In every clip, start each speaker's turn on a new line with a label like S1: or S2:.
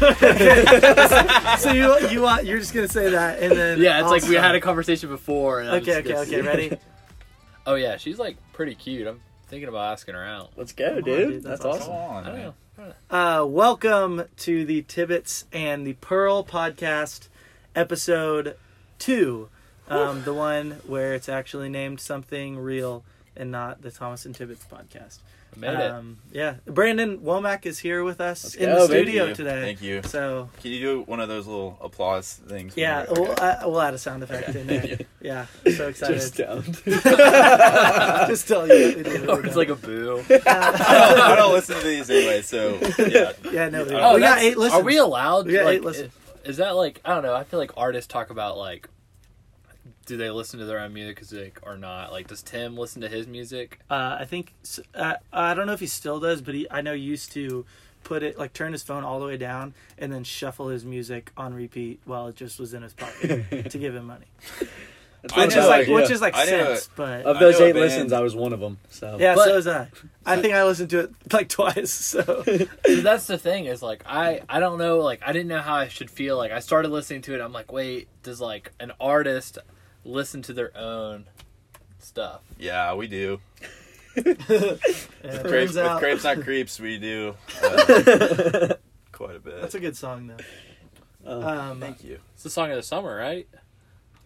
S1: so you you uh, you're just gonna say that and then
S2: Yeah, it's like we
S1: I'll-
S2: had a conversation before. And I'm
S1: Okay,
S2: just
S1: okay,
S2: gonna
S1: okay.
S2: see-
S1: Ready?
S2: Oh yeah, she's like pretty cute. I'm thinking about asking her out.
S3: Let's go,
S1: on,
S3: dude.
S1: dude,
S3: That's,
S1: that's
S3: awesome.
S1: awesome.
S4: Come on,
S2: I don't know.
S4: man.
S1: Uh, welcome to the Tibbets and the Pearl podcast, episode two, um, the one where it's actually named something real and not the Thomas and Tibbets podcast.
S2: I made it.
S1: um, Yeah, Brandon Womack is here with us
S3: Let's
S1: in
S3: go,
S1: the
S3: baby.
S1: studio
S3: Thank you.
S1: today.
S4: Thank you.
S1: So
S4: Can you do one of those little applause things? when
S1: yeah,
S4: you're-
S1: we'll,
S4: okay.
S1: uh, we'll add a sound effect in there. Yeah, so excited.
S3: Just
S1: Just,
S3: down.
S1: tell you. what we do.
S2: Or it's like a boo.
S4: I, don't, I don't listen to these anyway, so yeah.
S1: yeah, no. we-
S2: Oh,
S1: we got
S2: that's-
S1: eight listens.
S2: Are we allowed?
S1: We got
S2: like,
S1: eight listens.
S2: i- Is that like I don't know? I feel like artists talk about like, do they listen to their own music or not? Like, does Tim listen to his music?
S1: Uh, I think uh, I don't know if he still does, but he I know he used to put it like turn his phone all the way down and then shuffle his music on repeat while it just was in his pocket to give him money,
S3: That's
S4: I
S1: which
S3: what
S1: is
S4: know,
S1: like
S3: yeah.
S1: which is like
S4: I know.
S1: sense, but
S3: of
S4: I
S3: those
S4: know a
S3: eight
S4: band-
S3: listens, I was one of them. So
S1: yeah,
S2: But-
S1: so is I. I think I listened to it like twice. So
S2: So that's the thing is like I I don't know like I didn't know how I should feel like I started listening to it I'm like wait does like an artist listen to their own stuff
S4: Yeah, we do.
S1: yeah,
S4: With Crepes,
S1: turns
S4: with
S1: out
S4: Crepes Not Creeps, we do uh, quite a bit.
S1: that's a good song though.
S3: Oh.
S1: Um,
S4: Thank you.
S2: it's the song of the summer right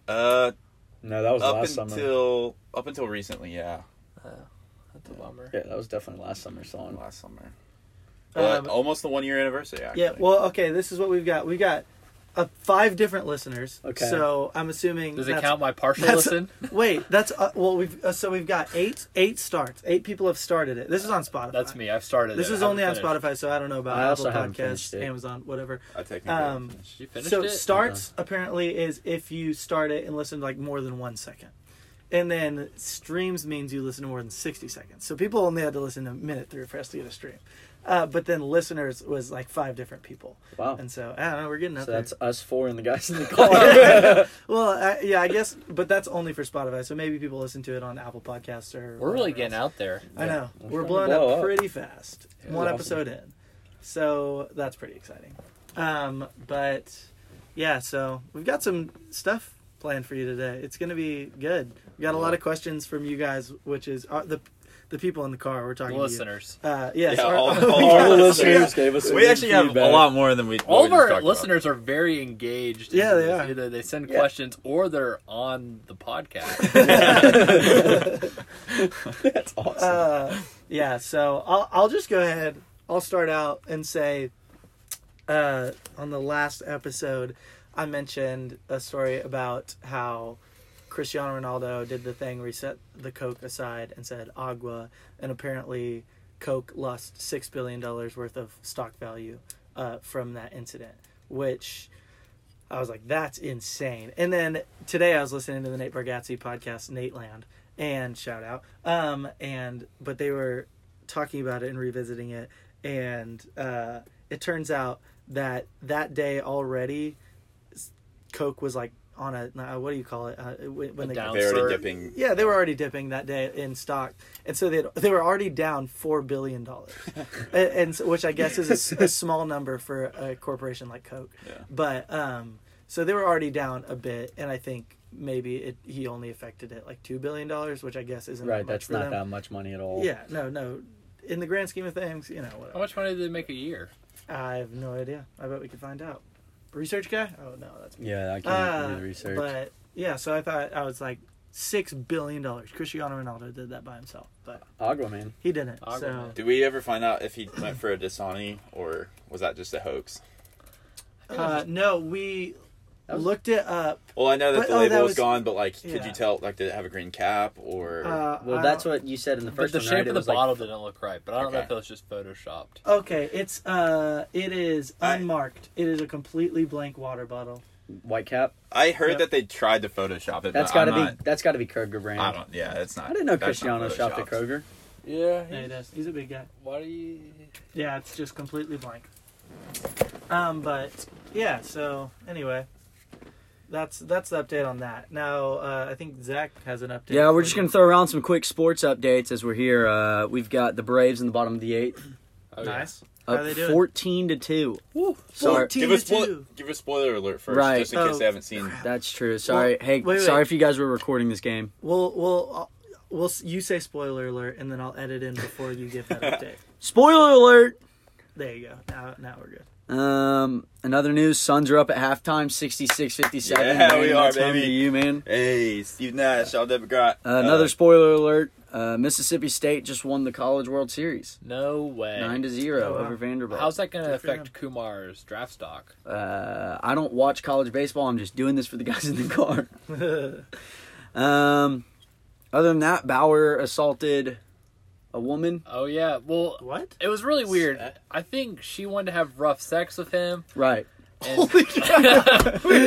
S4: Uh,
S3: no, that was
S4: up
S3: last summer.
S4: until up until recently, yeah,
S2: that's a bummer
S3: Yeah, that was definitely last summer song.
S4: last summer. But
S1: Um,
S4: almost the one year anniversary. Actually.
S1: yeah. Well, okay. This is what we've got. We've got uh, five different listeners.
S3: Okay.
S1: So I'm assuming
S2: does it
S1: that's-
S2: count my partial
S1: that's-
S2: listen
S1: Wait, that's uh, well. We've uh, so we've got eight eight starts. Eight people have started it. This is on Spotify.
S2: that's me I've started
S1: This
S2: it.
S1: is
S2: I
S1: only on
S2: haven't finished.
S1: Spotify, so I don't know about
S3: I
S1: Apple
S3: also haven't finished
S1: Podcasts,
S3: it.
S1: Amazon, whatever.
S4: I technically.
S1: um,
S4: haven't finished.
S2: you finished
S1: so
S2: it
S1: starts apparently is if you start it and listen to like more than one second, and then streams means you listen to more than sixty seconds. So people only had to listen a minute through for us to get a stream, uh, but then listeners was like five different people,
S3: Wow.
S1: and so I don't know. We're getting up
S3: So
S1: there.
S3: that's us four and the guys in the car.
S1: Well, I, yeah, I guess, but that's only for Spotify. So maybe people listen to it on Apple Podcasts or.
S2: we're really
S1: whatever
S2: getting
S1: else.
S2: out there
S1: I know
S3: We're
S1: we're
S3: trying to
S1: blowing
S3: blow
S1: up
S3: up.
S1: pretty fast.
S2: Yeah.
S1: One
S3: Awesome.
S1: episode in, so that's pretty exciting. Um, but yeah, so we've got some stuff planned for you today. It's gonna be good. We got a lot of questions from you guys, which is uh, the the people in the car. We're talking
S2: listeners
S1: To you. Uh, yes,
S4: Yeah,
S1: our-
S4: all-
S1: we
S4: all
S3: All
S1: got-
S4: our
S3: the listeners gave us. some
S4: we actually have a
S3: feedback.
S4: lot more than we. what
S2: all
S4: we
S2: of
S4: just
S2: our
S4: talked about.
S2: listeners are very engaged in
S1: Yeah, they
S2: this.
S1: are.
S2: either they send
S3: Yeah.
S2: questions or they're on the podcast
S3: That's awesome.
S1: uh, yeah, so I'll, I'll just go ahead. I'll start out and say uh, on the last episode, I mentioned a story about how Cristiano Ronaldo did the thing where he set the Coke aside and said agua, and apparently Coke lost $6 billion worth of stock value uh, from that incident, which. I was like, that's insane. And then today I was listening to the Nate Bargatze podcast, Nate Land, and shout out. Um, and but they were talking about it and revisiting it, and uh, it turns out that that day already, s- Coke was like on a uh, what do you call it uh, when when
S2: A
S1: they
S2: down
S4: They already
S2: Sir.
S4: dipping.
S1: yeah, they were already dipping that day in stock, and so they they were already down four billion dollars, and, and so, which I guess is a s- a, small number for a corporation like Coke.
S4: Yeah.
S1: But um, so they were already down a bit, and I think maybe it he only affected it like two billion dollars, which I guess isn't
S3: right,
S1: That much
S3: that's
S1: for
S3: not
S1: them.
S3: that much money at all.
S1: Yeah, no, no. In the grand scheme of things, you know,
S2: how
S1: whatever.
S2: much money do they make a year
S1: I have no idea. I bet we could find out. Research guy? Oh no, that's
S3: Yeah, I can't
S1: uh,
S3: do the research.
S1: But yeah, so I thought I was like six billion dollars. Cristiano Ronaldo did that by himself, but
S3: Aquaman.
S1: he didn't.
S2: Aquaman.
S1: So
S4: Did we ever find out if he went for a Dasani or was that just a hoax?
S1: uh, no, we
S3: That was-
S1: looked it up.
S4: Well, I know that
S1: But-
S4: the
S1: oh, that
S4: label was,
S1: was-
S4: gone, but like, could
S1: yeah.
S4: you tell? Like, did it have a green cap or?
S1: Uh,
S3: Well,
S1: I
S3: that's
S1: don't-
S3: what you said in the
S2: but
S3: first
S2: the
S3: one,
S2: shape
S3: right? It
S2: of the
S3: was like-
S2: bottle didn't look right but I don't know
S4: Okay.
S2: if it was just photoshopped
S1: Okay, it's uh, it is
S4: I-
S1: unmarked. It is a completely blank water bottle.
S3: white cap.
S4: I heard
S1: Yep.
S4: that they tried to Photoshop it.
S3: That's
S4: got
S3: gotta
S4: to
S3: be. That's gotta be Kroger brand.
S4: I don't. Yeah, it's not.
S3: I didn't know
S4: that's not
S3: Cristiano shopped at
S4: Photoshopped.
S3: Kroger.
S2: yeah
S1: Yeah, he does. He's a big guy.
S2: why do you
S1: Yeah, it's just completely blank. Um, but yeah. So anyway, that's that's the update on that. Now uh, I think Zach has an update.
S5: Yeah,
S1: for
S5: we're just
S1: you.
S5: going to throw around some quick sports updates as we're here. Uh, we've got the Braves in the bottom of the eighth.
S2: Oh, yeah.
S1: nice. How
S3: up
S1: are they doing?
S3: fourteen to two.
S1: Woo,
S3: Sorry.
S1: 14
S6: Give a,
S1: to
S6: spoil-
S1: two.
S6: give a spoiler alert first,
S3: Right.
S6: just in case
S1: Oh,
S6: they haven't seen.
S3: That's true. Sorry, hey,
S1: wait, wait.
S3: sorry if you guys were recording this game.
S1: We'll we'll I'll- we'll s- you say spoiler alert, and then I'll edit in before you give that update.
S3: Spoiler alert.
S1: There you go. Now now we're good.
S3: Um, another news: Suns are up at halftime, 66-57.
S6: Yeah,
S3: Man,
S6: we are,
S3: that's home
S6: baby.
S3: to you, man.
S6: Hey, Steve Nash, I'll never got
S3: Uh, another spoiler alert: uh, Mississippi State just won the College World Series,
S2: No way.
S3: nine to zero
S1: Oh, wow.
S3: over Vanderbilt.
S2: How's that going to
S1: Good for
S2: affect Kumar's draft stock?
S3: uh, I don't watch college baseball. I'm just doing this for the guys in the car. Um, other than that, Bauer assaulted a woman.
S2: Oh yeah. Well,
S1: what?
S2: it was really weird. I think she wanted to have rough sex with him.
S3: Right.
S2: And
S1: we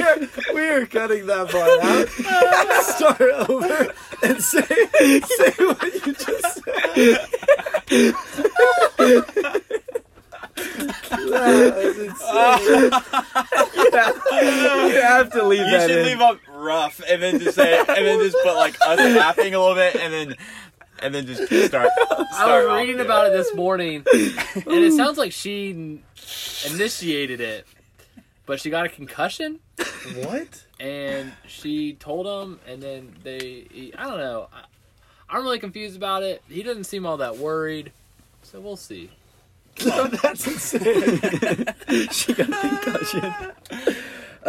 S1: are we are cutting that part out. Start over and say say what you just said. that was insane.
S3: You have to leave
S6: You
S3: that
S6: should
S3: in.
S6: leave up rough, and then just say, and then just put like us laughing a little bit, and then, and then just start.
S2: I
S6: start
S2: was reading about it this morning, and it sounds like she n- initiated it, but she got a concussion,
S1: What?
S2: and she told him, and then they. I don't know. I, I'm really confused about it. He doesn't seem all that worried, so we'll see.
S1: That's insane.
S3: she got a concussion.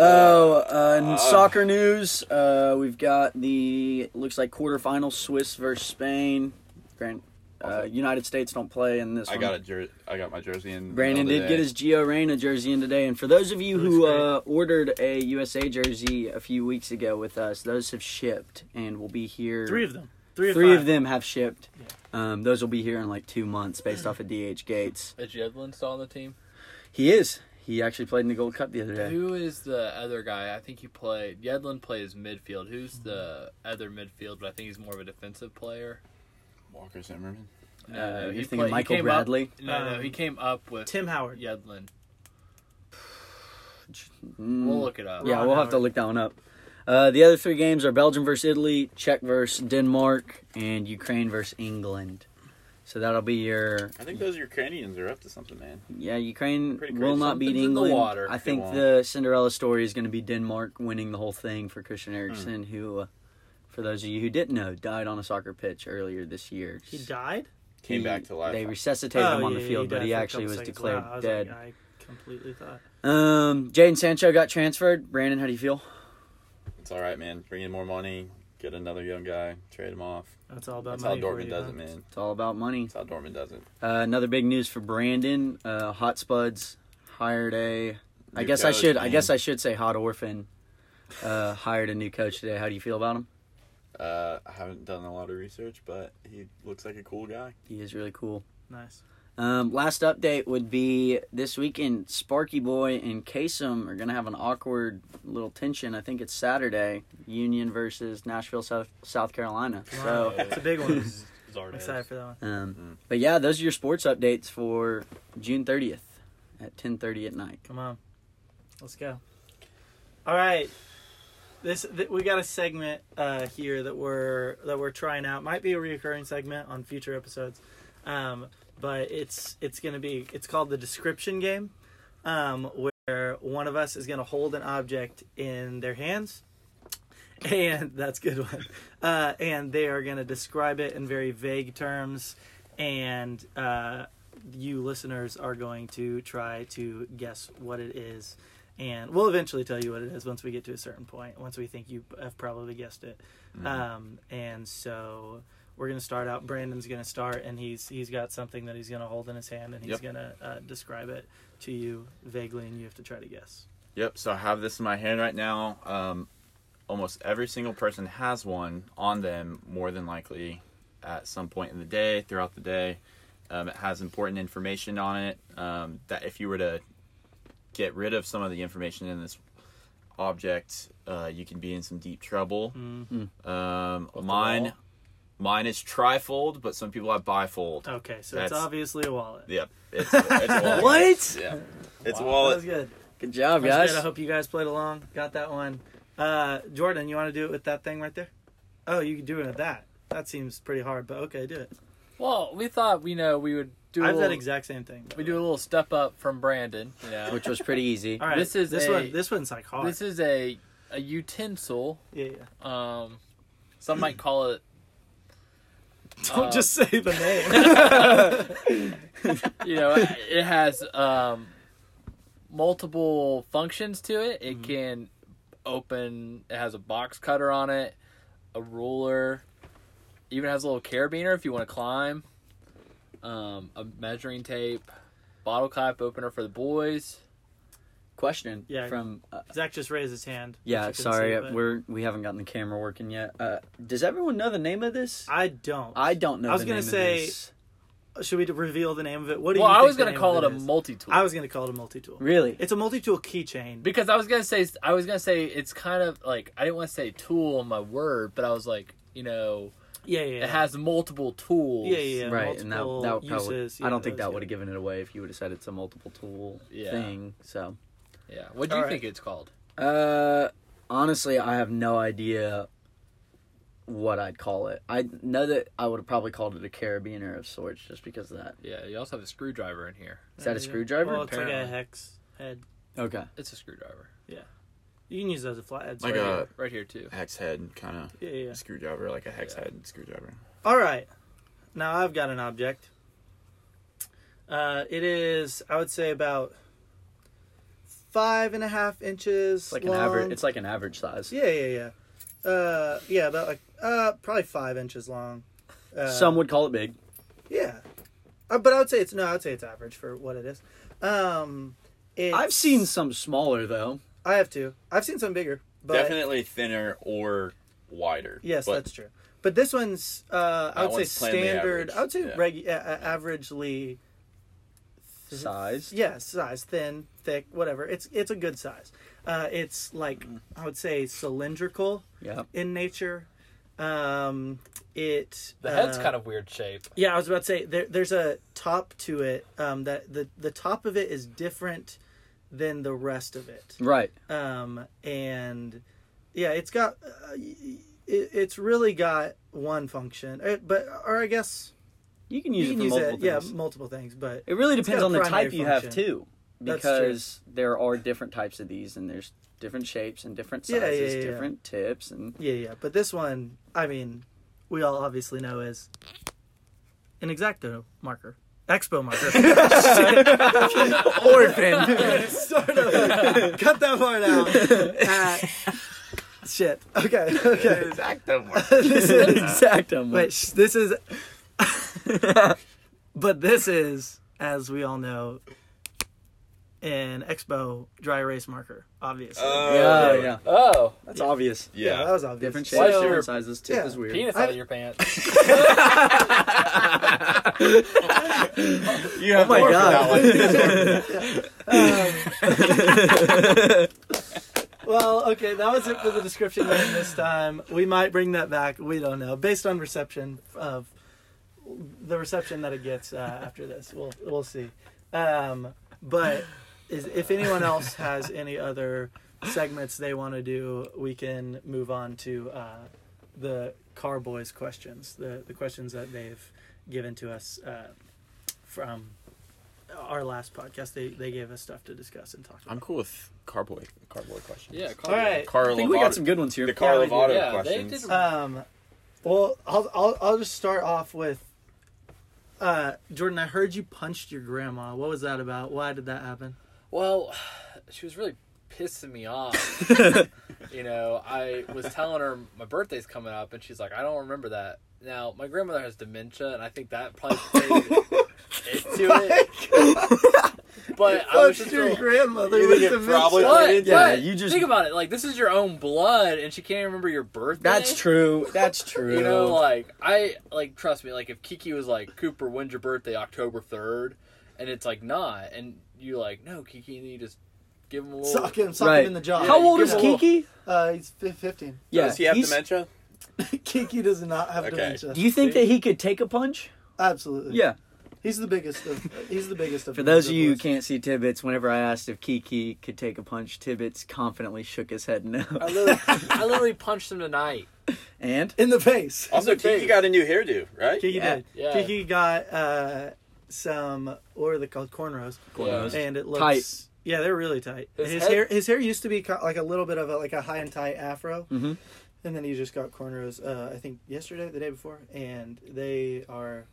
S3: Oh, uh, in soccer news, uh, we've got the looks like quarterfinal Swiss versus Spain. Grant, uh, United States don't play in this.
S6: I
S3: one.
S6: got a jer- I got my jersey in. the
S3: Brandon
S6: mail
S3: did get
S6: today.
S3: his Gio Reyna jersey in today, and for those of you who
S1: Looks great.
S3: uh, ordered a USA jersey a few weeks ago with us, those have shipped and will be here.
S1: Three of them. Three of,
S3: Three
S1: five.
S3: of them have shipped. Um, those will be here in like two months, based off of DH Gates.
S2: Is Jedlin still on the team?
S3: He is. He actually played in the Gold Cup the other day.
S2: Who is the other guy? I think he played. Jedlin plays midfield. Who's the other midfield? But I think he's more of a defensive player.
S6: Walker Zimmerman.
S3: Uh, you're
S2: he
S3: thinking
S2: played- he
S3: Michael
S2: came up-
S3: Bradley?
S2: no, no,
S1: Um,
S2: he came up with
S1: Tim Howard.
S2: Jedlin.
S3: Mm.
S2: We'll look it up.
S3: Yeah,
S1: Ron
S3: we'll have to
S1: Howard.
S3: look that one up. Uh, the other three games are Belgium versus Italy, Czech versus Denmark, and Ukraine versus England. So that'll be your
S6: I think those Ukrainians are up to something, man.
S3: yeah. Ukraine
S6: Pretty
S3: will
S6: crazy.
S3: not beat
S2: Something's in the
S3: England.
S2: water.
S3: I
S2: It
S3: think
S6: won't.
S3: the Cinderella story is going to be Denmark winning the whole thing for Christian
S1: Hmm.
S3: Eriksen, who, uh, for those of you who didn't know, died on a soccer pitch earlier this year.
S1: He died. Oh,
S6: Came
S3: He-
S6: back to life.
S3: They resuscitated him on
S1: yeah,
S3: the field, but
S1: died
S3: he
S1: for a
S3: actually
S1: couple
S3: was
S1: seconds.
S3: declared
S1: Wow, I was like,
S3: dead.
S1: I completely thought.
S3: um, Jaden Sancho got transferred. Brandon, how do you feel?
S6: it's all right, man. Bring in more money. Get another young guy. Trade him off.
S1: That's all about
S6: That's how
S1: money. for
S6: Dortmund
S1: you,
S6: does it,
S1: huh?
S6: man.
S3: It's all about money.
S6: That's how Dortmund does it.
S3: Uh, another big news for Brandon. Uh, Hot Spuds hired a. I
S6: New
S3: guess I
S6: coach,
S3: should. I
S6: man.
S3: guess I should say Hot Orphan. Uh, hired a new coach today. How do you feel about him?
S6: Uh, I haven't done a lot of research, but he looks like a cool guy.
S3: He is really cool.
S1: Nice.
S3: Um, last update would be this weekend. Sparky Boy and Kasem are gonna have an awkward little tension. I think it's Saturday. Union versus Nashville, South South Carolina. So,
S1: Wow, it's a big one. I'm
S2: Zardes.
S1: excited for that one.
S6: Mm-hmm.
S3: um, but yeah, those are your sports updates for June thirtieth at ten thirty at night.
S1: Come on, let's go. All right, this th- we got a segment uh, here that we're that we're trying out. Might be a reoccurring segment on future episodes, um, but it's it's gonna be it's called the description game, um, where one of us is gonna hold an object in their hands. And that's a good one. Uh, and they are going to describe it in very vague terms, and uh, you listeners are going to try to guess what it is and we'll eventually tell you what it is once we get to a certain point once we think you have probably guessed it
S6: Mm-hmm.
S1: um, and so we're going to start out brandon's going to start and he's he's got something that he's going to hold in his hand and he's
S6: Yep.
S1: going to uh, describe it to you vaguely and you have to try to guess
S6: Yep. So I have this in my hand right now. Um, almost every single person has one on them, more than likely, at some point in the day, throughout the day. Um, it has important information on it um, that if you were to get rid of some of the information in this object, uh, you can be in some deep trouble. Um,
S2: What's Mm-hmm. the
S6: mine,
S2: wall?
S6: mine is trifold, but some people have bifold.
S2: Oh.
S1: okay so
S6: That's-
S1: it's obviously a wallet
S6: Yep. It's, it's a wallet.
S3: What?
S6: Yeah. It's a
S1: that was
S6: wallet.
S1: good
S3: Good job,
S1: that was
S3: guys.
S1: good i hope you guys played along got that one uh, jordan you want to do it with that thing right there oh you can do it with that that seems pretty hard but okay do it
S2: Well, we thought we know we would do
S1: I
S2: a
S1: have that
S2: little-
S1: exact same thing. by
S2: we
S1: the
S2: do a
S1: way.
S2: little step up from Brandon. You know,
S3: which was pretty easy.
S1: All right.
S2: This is
S1: this
S2: a-
S1: one. This one's like hard.
S2: this is a a utensil.
S1: yeah, yeah.
S2: Um, some might call it.
S1: Don't
S2: Uh,
S1: just say the name.
S2: You know, it has um, multiple functions to it.
S1: Mm-hmm.
S2: It can open. It has a box cutter on it, a ruler. Even has a little carabiner if you want to climb. Um, a measuring tape, bottle cap opener for the boys.
S3: Question
S1: Yeah.
S3: from uh,
S1: Zach just raised his hand. which you
S3: yeah.
S1: can
S3: Sorry, uh,
S2: uh,
S1: see, but
S3: we're we haven't gotten the camera working yet. Uh, does everyone know the name of this?
S1: I don't.
S3: I don't know.
S1: I was
S3: the
S1: gonna
S3: name of
S1: say-
S3: this.
S1: Should we reveal the name of it? What do
S2: well,
S1: you?
S2: I
S1: think
S2: was
S1: the
S2: gonna
S1: name
S2: call
S1: of
S2: it a
S1: is?
S2: multi tool.
S1: I was gonna call it a multi-tool.
S3: really.
S1: It's a multi-tool keychain.
S2: Because I was gonna say, I was gonna say it's kind of like I didn't want to say tool in my word, but I was like, you know,
S1: Yeah, yeah. yeah.
S2: it has multiple tools.
S1: yeah, yeah, yeah.
S3: right, and that,
S1: multiple
S3: that would probably.
S1: uses.
S3: I don't think that
S1: would.
S3: would have given it away if you would have said it's a multiple tool
S2: Yeah.
S3: thing. So
S2: yeah. What do you
S1: All right.
S2: think it's called?
S3: Uh, honestly, I have no idea what I'd call it. I know that I would have probably called it a carabiner of sorts, just because of that.
S2: Yeah, you also have a screwdriver in here.
S3: Is that a screwdriver?
S1: Well, it's like a
S2: Apparently.
S1: hex head.
S3: Okay.
S2: It's a screwdriver
S1: You can use those as flatheads.
S4: Like
S1: right?
S4: a-
S2: right, right here too.
S4: Hex head kind of
S1: Yeah, yeah. yeah.
S4: screwdriver, like a hex
S2: Yeah.
S4: head screwdriver.
S1: All right. Now I've got an object. Uh, it is, I would say, about five and a half inches
S3: It's like
S1: long.
S3: an average. It's like an average size.
S1: um, yeah, yeah, yeah. Uh, yeah, about like uh, probably five inches long. Uh,
S3: Some would call it big.
S1: yeah, uh, but I would say it's no. I would say it's average for what it is. Um, it's,
S3: I've seen some smaller though.
S1: I have to. I've seen some bigger, but
S4: Definitely thinner or wider.
S1: Yes,
S4: but
S1: that's true. But this one's, uh, I
S4: That
S1: would
S4: one's
S1: say
S4: plainly
S1: standard.
S4: average,
S1: I would say
S4: yeah.
S1: regu- uh, uh, averagely. th-
S3: Sized?
S1: Yeah, size, thin, thick, whatever. It's it's a good size. Uh, it's like
S3: Mm-hmm.
S1: I would say cylindrical
S3: Yeah.
S1: in nature. Um, it
S2: The head's
S1: uh,
S2: kind of weird shape.
S1: yeah, I was about to say there, there's a top to it. Um, that the the top of it is different than the rest of it
S3: Right.
S1: um, and yeah, it's got uh, y- y- it, it's really got one function, Uh, but or I guess
S3: You can
S1: you
S3: use
S1: can
S3: it for
S1: use
S3: multiple
S1: it, yeah,
S3: things.
S1: multiple things. But
S3: It really
S1: It's
S3: depends
S1: got a
S3: on the
S1: primary
S3: type you have
S1: function.
S3: too,
S1: That's true.
S3: because there are different types of these, and there's different shapes and different
S1: Yeah, yeah,
S3: sizes,
S1: yeah, yeah.
S3: different tips, and
S1: yeah, yeah, but this one, I mean, we all obviously know is an exacto marker, expo marker.
S3: orphan.
S1: sort of cut that part out. Uh, shit. Okay. Okay. this is
S3: Exactum.
S1: Wait, sh- this is. but this is, as we all know, an Expo dry erase marker, obviously.
S6: Uh,
S3: Yeah, yeah.
S2: Oh,
S3: That's obvious.
S1: yeah, that
S4: yeah.
S1: was obvious.
S3: Different
S2: Why is
S3: shapes,
S2: there a-
S3: different sizes. Tip
S1: Yeah.
S3: is weird.
S2: penis out of your pants.
S4: You have
S3: my
S6: oh
S4: more for
S3: God.
S4: that one.
S1: Well, okay, that was it for the description game this time. We might bring that back. We don't know. Based on reception of the reception that it gets uh, after this, we'll we'll see. Um, but is, if anyone else has any other segments they want to do, we can move on to uh, the Carboys questions, the the questions that they've given to us uh, from our last podcast. They they gave us stuff to discuss and talk about.
S4: I'm cool with cardboard cardboard questions.
S2: Yeah. Call
S1: All right.
S4: Carl
S3: I think we got
S4: Lovato-
S3: some good ones here.
S4: the Carl
S1: Yeah, we
S4: Lovato
S2: did. Yeah, they
S4: questions.
S2: did-
S1: Um, well, I'll, I'll I'll just start off with, uh, Jordan. I heard you punched your grandma. What was that about? Why did that happen?
S2: Well, she was really pissing me off. you know, I was telling her my birthday's coming up, and she's like, "I don't remember that." Now, my grandmother has dementia, and I think that probably played into it. But I was just real-
S1: grandmother.
S4: You think with it dementia? probably-
S2: But,
S3: Yeah,
S2: yeah,
S3: you
S2: you
S3: just-
S2: just think about it. Like this is your own blood, and she can't even remember your birthday.
S3: That's true. That's true.
S2: You know, like I like trust me. Like if Kiki was like Cooper, when's your birthday? October third, and it's like not, and you like no Kiki, and you just give him a little.
S1: Sock him, sock
S3: Right.
S1: him in the jaw.
S3: How old
S2: give
S3: is
S2: him a little-
S3: Kiki?
S1: Uh, he's fif- fifteen.
S3: Yeah,
S4: Does he have
S3: he's-
S4: dementia?
S1: Kiki does not have
S4: Okay.
S1: dementia.
S3: Do you think that he could take a punch?
S1: Absolutely.
S3: Yeah.
S1: He's the biggest. Of, he's the biggest of.
S3: For
S1: the
S3: those of you who
S1: Zippos.
S3: can't see Tibbets, whenever I asked if Kiki could take a punch, Tibbets confidently shook his head no.
S2: I literally, I literally punched him tonight.
S3: And
S1: in the face.
S4: Also, Kiki got a new hairdo, right?
S1: Kiki
S3: Yeah.
S1: did.
S2: Yeah.
S1: Kiki got uh, some what are they called cornrows,
S2: Cornrows.
S1: and it looks
S3: Tight.
S1: Yeah, they're really tight.
S2: His
S1: His,
S2: head-
S1: hair his hair used to be co- like a little bit of a, like a high and tight afro,
S3: Mhm.
S1: and then he just got cornrows. Uh, I think yesterday, the day before, and they are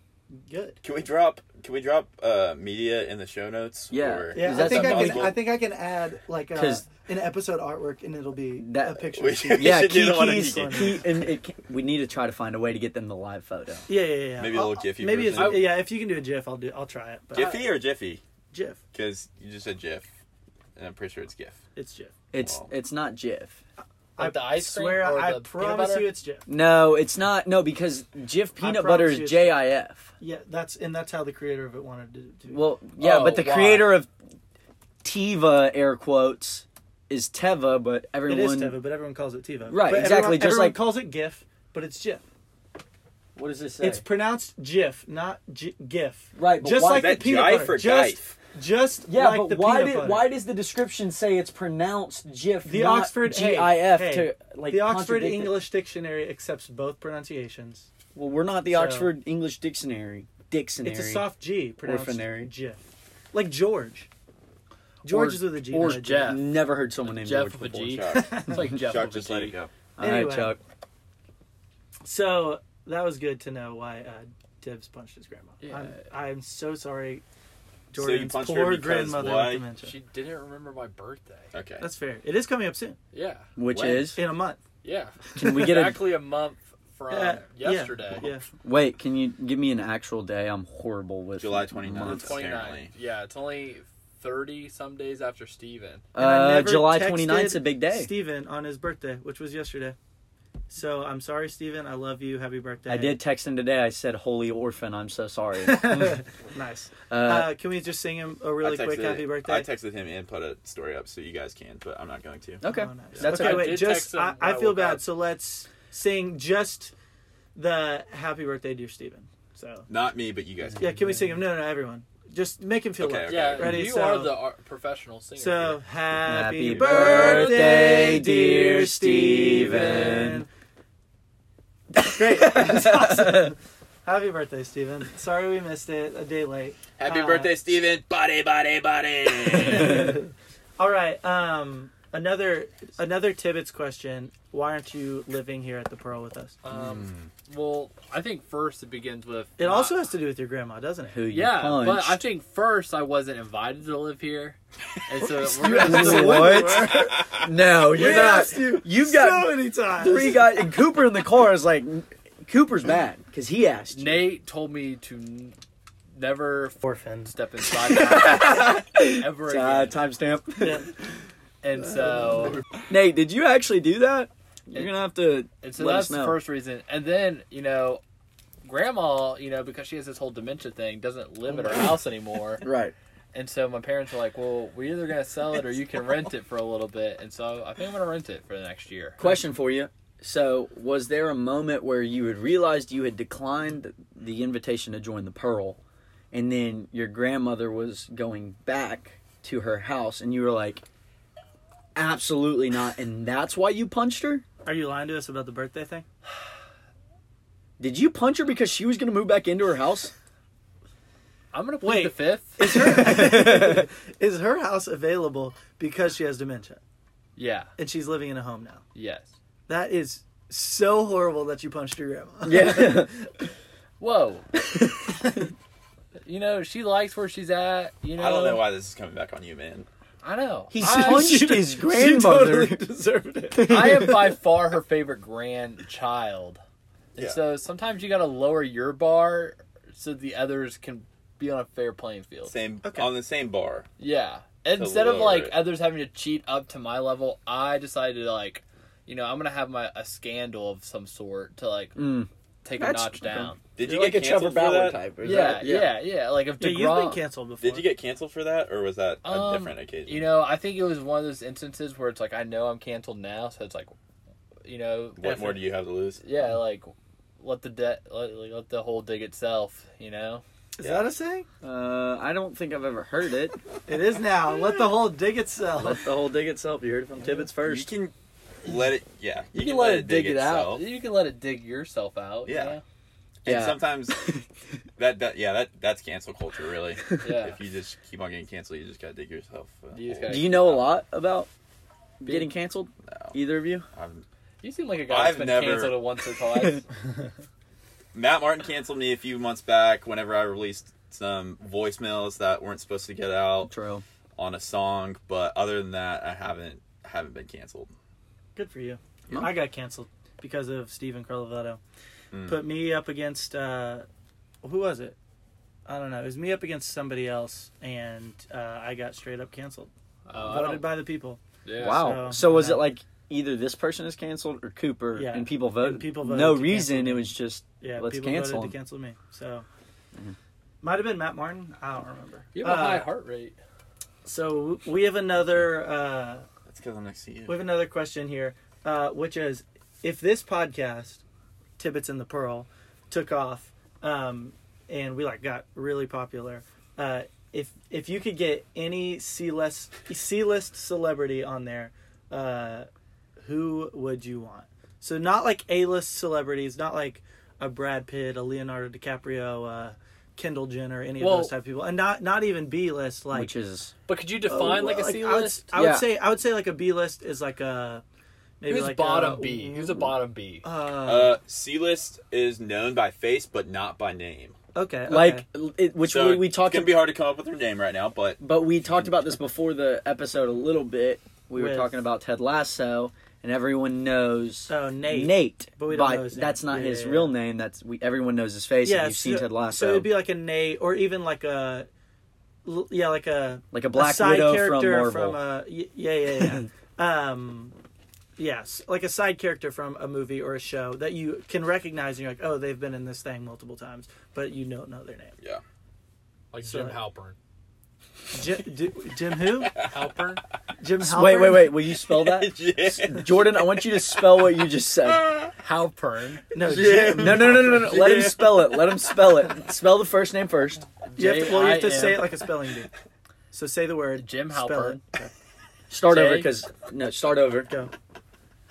S1: good.
S6: Can we drop? Can we drop uh, media in the show notes?
S3: Yeah.
S6: Or-
S1: Yeah,
S3: Is
S1: I
S3: that
S1: think I can.
S6: possible?
S1: I think I can add like a,
S3: 'Cause-
S1: an episode artwork, and it'll be
S3: That-
S1: a picture.
S6: we should-
S3: Yeah,
S6: should do
S3: key
S6: the one on
S3: keys.
S1: Kiki.
S3: Key, and it, ca- we need to try to find a way to get them the live photo.
S1: Yeah, yeah, yeah.
S6: Maybe a
S1: I'll-
S6: little Giphy
S1: Maybe it's,
S6: version.
S1: yeah. If you can do a GIF, I'll do. I'll try it. But
S6: Jiffy or Jiffy?
S1: GIF.
S6: Because you just said GIF, and I'm pretty sure it's GIF.
S1: It's GIF.
S3: It's
S1: Oh.
S6: Wow.
S3: it's not GIF.
S2: Like the ice cream
S1: swear,
S2: or
S1: I
S2: the peanut
S1: promise
S2: butter?
S1: you, it's GIF.
S3: No, it's not. No, because Jif peanut butter
S1: promise
S3: is
S1: you it's-
S3: JIF.
S1: Yeah, that's and that's how the creator of it wanted to do.
S3: Well, yeah,
S2: Oh,
S3: but the
S2: why?
S3: creator of Tiva air quotes is Teva, but
S1: it
S3: everyone
S1: is Teva, but everyone calls it Teva.
S3: Right,
S1: But
S3: exactly,
S1: Everyone,
S3: just
S1: everyone
S3: like-
S1: calls it GIF, but it's GIF.
S3: What does this say?
S1: It's pronounced GIF, not G- GIF.
S3: Right, but
S1: just
S3: why-
S1: like
S6: Is that
S1: the peanut
S6: jive
S1: butter.
S6: or
S1: just,
S6: jive?
S1: just
S3: yeah,
S1: like the
S3: but why
S1: peanut
S3: did
S1: butter.
S3: why does the description say it's pronounced Jif?
S1: the
S3: not
S1: Oxford hey,
S3: GIF
S1: hey,
S3: to like
S1: the Oxford
S3: contradict it?
S1: English Dictionary accepts both pronunciations.
S3: Well, we're not the
S1: So-
S3: Oxford English Dictionary. Dictionary.
S1: It's a soft G, pronounced
S3: Orphanary.
S1: GIF, like George. George
S2: Or-
S1: is with a G.
S2: or
S1: not a J.
S2: Jeff.
S3: Never heard someone named
S2: Jeff
S3: George
S2: with a
S3: before.
S2: G.
S6: Chuck,
S2: It's like Jeff.
S6: Chuck
S2: with a
S6: just let
S2: G.
S6: it go.
S3: All right,
S1: Anyway.
S3: Chuck.
S1: So that was good to know why uh, Dibs punched his grandma.
S2: Yeah.
S1: I'm, I'm so sorry,
S6: So you
S1: Jordan's
S6: punched her
S1: poor
S6: because
S1: grandmother
S6: why?
S1: with dementia.
S2: She didn't remember my birthday.
S6: Okay.
S1: That's fair. It is coming up soon
S2: Yeah,
S3: Which
S6: When?
S3: is
S1: in a month.
S2: yeah.
S3: can we get a
S2: exactly a month from
S1: Yeah, yeah,
S2: yesterday?
S1: Yeah.
S3: wait? Can you give me an actual day? I'm horrible with
S6: July 29th.
S2: The
S3: months.
S2: 29th.
S6: Apparently.
S2: Yeah, it's only 30 some days after Steven.
S1: And I
S3: Uh,
S1: never
S3: July
S1: texted
S3: 29th's a big day.
S1: Steven on his birthday, which was yesterday. So I'm sorry, Steven. I love you. Happy birthday.
S3: I did text him today. I said, "Holy orphan, I'm so sorry."
S1: nice.
S3: Uh,
S1: Uh, can we just sing him a really
S6: I
S1: quick
S6: texted-
S1: happy birthday?
S6: I texted him and put a story up so you guys can, but I'm not going to.
S3: okay,
S1: Oh, nice.
S3: that's
S1: okay.
S2: I
S3: okay.
S1: Wait,
S2: did text
S1: just
S2: him
S1: I,
S2: when
S1: I
S2: I
S1: feel
S2: woke
S1: bad.
S2: up.
S1: So let's sing just the happy birthday, dear Steven. So
S6: Not me, but you guys can.
S1: yeah, can we sing him? No, no, no, everyone. Just make him feel
S6: Okay,
S1: loved.
S6: okay.
S2: Yeah,
S1: Ready,
S2: you
S1: so-
S2: are the ar- professional singer.
S1: So
S2: here.
S1: happy
S3: Happy
S1: birthday,
S3: birthday,
S1: dear
S3: dear
S1: Steven.
S3: Steven.
S1: Great. That's awesome. Happy birthday, Steven. Sorry we missed it a day late.
S6: Happy
S1: Uh,
S6: birthday, Steven. Buddy, buddy, buddy.
S1: All right. Um another another Tibbetts question. Why aren't you living here at the Pearl with us?
S2: um,
S6: Hmm.
S2: well, I think first it begins with.
S1: It
S2: not-
S1: also has to do with your grandma, doesn't
S3: Who
S1: it?
S3: you
S2: Yeah, but
S3: punched?
S2: I think first I wasn't invited to live here, and so we're gonna
S3: what? no, you're
S1: We
S3: not.
S1: asked you
S3: You've got
S1: so many times.
S3: three guys. And Cooper in the car is like, Cooper's mad because he asked. You.
S2: Nate told me to n- never f-
S1: orphans.
S2: step inside my house ever
S3: Uh,
S2: again.
S3: timestamp.
S1: Yeah.
S2: And
S1: Uh,
S2: so,
S3: Nate, did you actually do that? You're gonna have to.
S2: and so
S3: Let
S2: that's
S3: us
S2: the
S3: know.
S2: first reason. And then you know, Grandma, you know, because she has this whole dementia thing, doesn't live
S1: Oh
S2: at her house anymore.
S3: Right.
S2: And so my parents were like, "Well, we're either gonna sell it or you can rent it for a little bit." And so I think I'm gonna rent it for the next year.
S3: Question for you. So, was there a moment where you had realized you had declined the invitation to join the Pearl, and then your grandmother was going back to her house, and you were like, absolutely not, and that's why you punched her?
S1: Are you lying to us about the birthday thing?
S3: Did you punch her because she was going to move back into her house?
S2: I'm gonna
S1: Wait.
S2: plead the fifth.
S1: Is her house available because she has dementia
S2: yeah.
S1: and she's living in a home now?
S2: Yes.
S1: That is so horrible that you punched your grandma.
S3: Yeah.
S2: Whoa. you know she likes where she's at. You know.
S6: I don't know why this is coming back on you, man.
S2: I know.
S3: He
S2: I-
S3: punched his grandmother.
S1: deserved it.
S2: I am by far her favorite grandchild. And
S6: Yeah.
S2: So sometimes you got to lower your bar so the others can be on a fair playing field.
S6: Same
S1: Okay.
S6: on the same bar.
S2: Yeah. Instead of
S6: lower
S2: like
S6: it.
S2: others having to cheat up to my level, I decided to like, you know, I'm gonna have my a scandal of some sort to like
S3: Mm.
S2: take
S3: That's-
S2: a notch down.
S6: Did you get canceled for that?
S3: type. is
S2: Yeah,
S3: that-
S2: yeah, yeah. Like if
S1: Yeah,
S2: DeGrom,
S1: you've been canceled before.
S6: Did you get canceled for that, or was that a
S2: Um,
S6: different occasion?
S2: you know, I think it was one of those instances where it's like I know I'm canceled now, so it's like, you know,
S6: what
S2: if-
S6: more do you have to lose?
S2: yeah, like let the debt let, like, let the hole dig itself, you know.
S1: Is
S6: Yeah.
S1: that a saying?
S3: Uh, I don't think I've ever heard it.
S1: It is now. Let the hole dig itself.
S3: Let the whole dig itself. You heard it from Tibbetts
S6: You
S3: first.
S6: can let it. Yeah, you,
S2: You, can, let, it dig, it out. You can let it dig yourself out. you
S6: Yeah.
S2: know?
S3: Yeah.
S6: And sometimes that, that yeah that that's cancel culture really.
S2: Yeah.
S6: If you just keep on getting canceled, you just gotta dig yourself. uh, a
S2: You just
S6: hole.
S2: gotta-
S3: Do you know a lot about getting canceled? Either of you?
S6: I'm-
S2: You seem like a guy that's
S6: I've
S2: been
S6: never-
S2: canceled once or twice.
S6: Matt Martin canceled me a few months back whenever I released some voicemails that weren't supposed to get out
S3: True.
S6: on a song. But other than that, I haven't haven't been canceled.
S1: Good for you.
S3: Yeah.
S1: I got canceled because of Steven Carlovetto.
S6: Mm.
S1: Put me up against uh, who was it? I don't know. It was me up against somebody else, and uh, I got straight up canceled.
S2: Oh, I
S1: Voted
S2: don't-
S1: by the people.
S2: yeah.
S3: Wow. So,
S1: So,
S3: was
S1: yeah.
S3: it like either this person is canceled or Cooper
S1: Yeah.
S3: and people voted?
S1: And people voted
S3: no
S1: to
S3: reason.
S1: cancel.
S3: It was just
S1: Yeah,
S3: Let's
S1: people
S3: cancel
S1: voted
S3: him.
S1: to cancel Mm-hmm. me. So might have been Matt Martin. I don't remember.
S2: You have a high
S1: Uh,
S2: heart rate.
S1: So we have another. Uh,
S6: That's because I'm next to you.
S1: We have another question here, uh, which is if this podcast, Tibbets and the Pearl, took off um, and we like got really popular, uh, if if you could get any C list C list celebrity on there, uh, who would you want? So not like A list celebrities, not like a Brad Pitt, a Leonardo DiCaprio, uh, Kendall Jenner, any
S2: Well-
S1: of those type of people, and not not even B list like
S3: which is
S2: But could you define Oh, like a
S1: well,
S2: C
S1: Oh, I would-
S2: list?
S1: I would,
S3: Yeah.
S1: say I would say like a B list is like a maybe
S2: Who's
S1: like
S2: bottom
S1: a,
S2: B? Who's a bottom B?
S1: Uh,
S6: Uh, C list is known by face, but not by name.
S1: okay, okay.
S3: like it, which
S6: So
S3: we, we talked
S6: It's gonna
S3: about,
S6: be hard to come up with her name right now, but
S3: but we talked about this before the episode a little bit. We were
S1: With-
S3: talking about Ted Lasso, and everyone knows
S1: so Uh, Oh, Nate.
S3: Nate.
S1: but we don't
S3: by-
S1: know his name.
S3: that's not
S1: Yeah,
S3: his
S1: yeah,
S3: real
S1: yeah.
S3: name. That's we, everyone knows his face.
S1: yeah,
S3: if you've seen
S1: so,
S3: Ted Lasso,
S1: So it'd be like a Nate, or even like a l- yeah, like a,
S3: like a
S1: a
S3: Black
S1: side
S3: Widow from
S1: character
S3: Marvel.
S1: from a y- yeah yeah yeah. um, yes, like a side character from a movie or a show that you can recognize, and you're like, oh, they've been in this thing multiple times, but you don't know their name.
S6: yeah.
S2: Like
S1: so-
S2: Jim Halpern.
S1: Jim, d- Jim who?
S2: Halpern?
S1: Jim.
S3: wait,
S1: Halpern?
S3: wait, wait. Will you spell that?
S6: Yeah.
S3: Jordan, I want you to spell what you just said.
S2: Halpern.
S1: No, Jim.
S3: No, no, no, no, no. no. Let him spell it. Let him spell it. Spell the first name first.
S1: You have to, well, you have to say it
S2: J I M.
S1: like a spelling bee. So say the word.
S2: Jim
S1: spell
S2: Halpern.
S1: it.
S3: Start
S2: Jay?
S3: over, because no, start over.
S1: Go.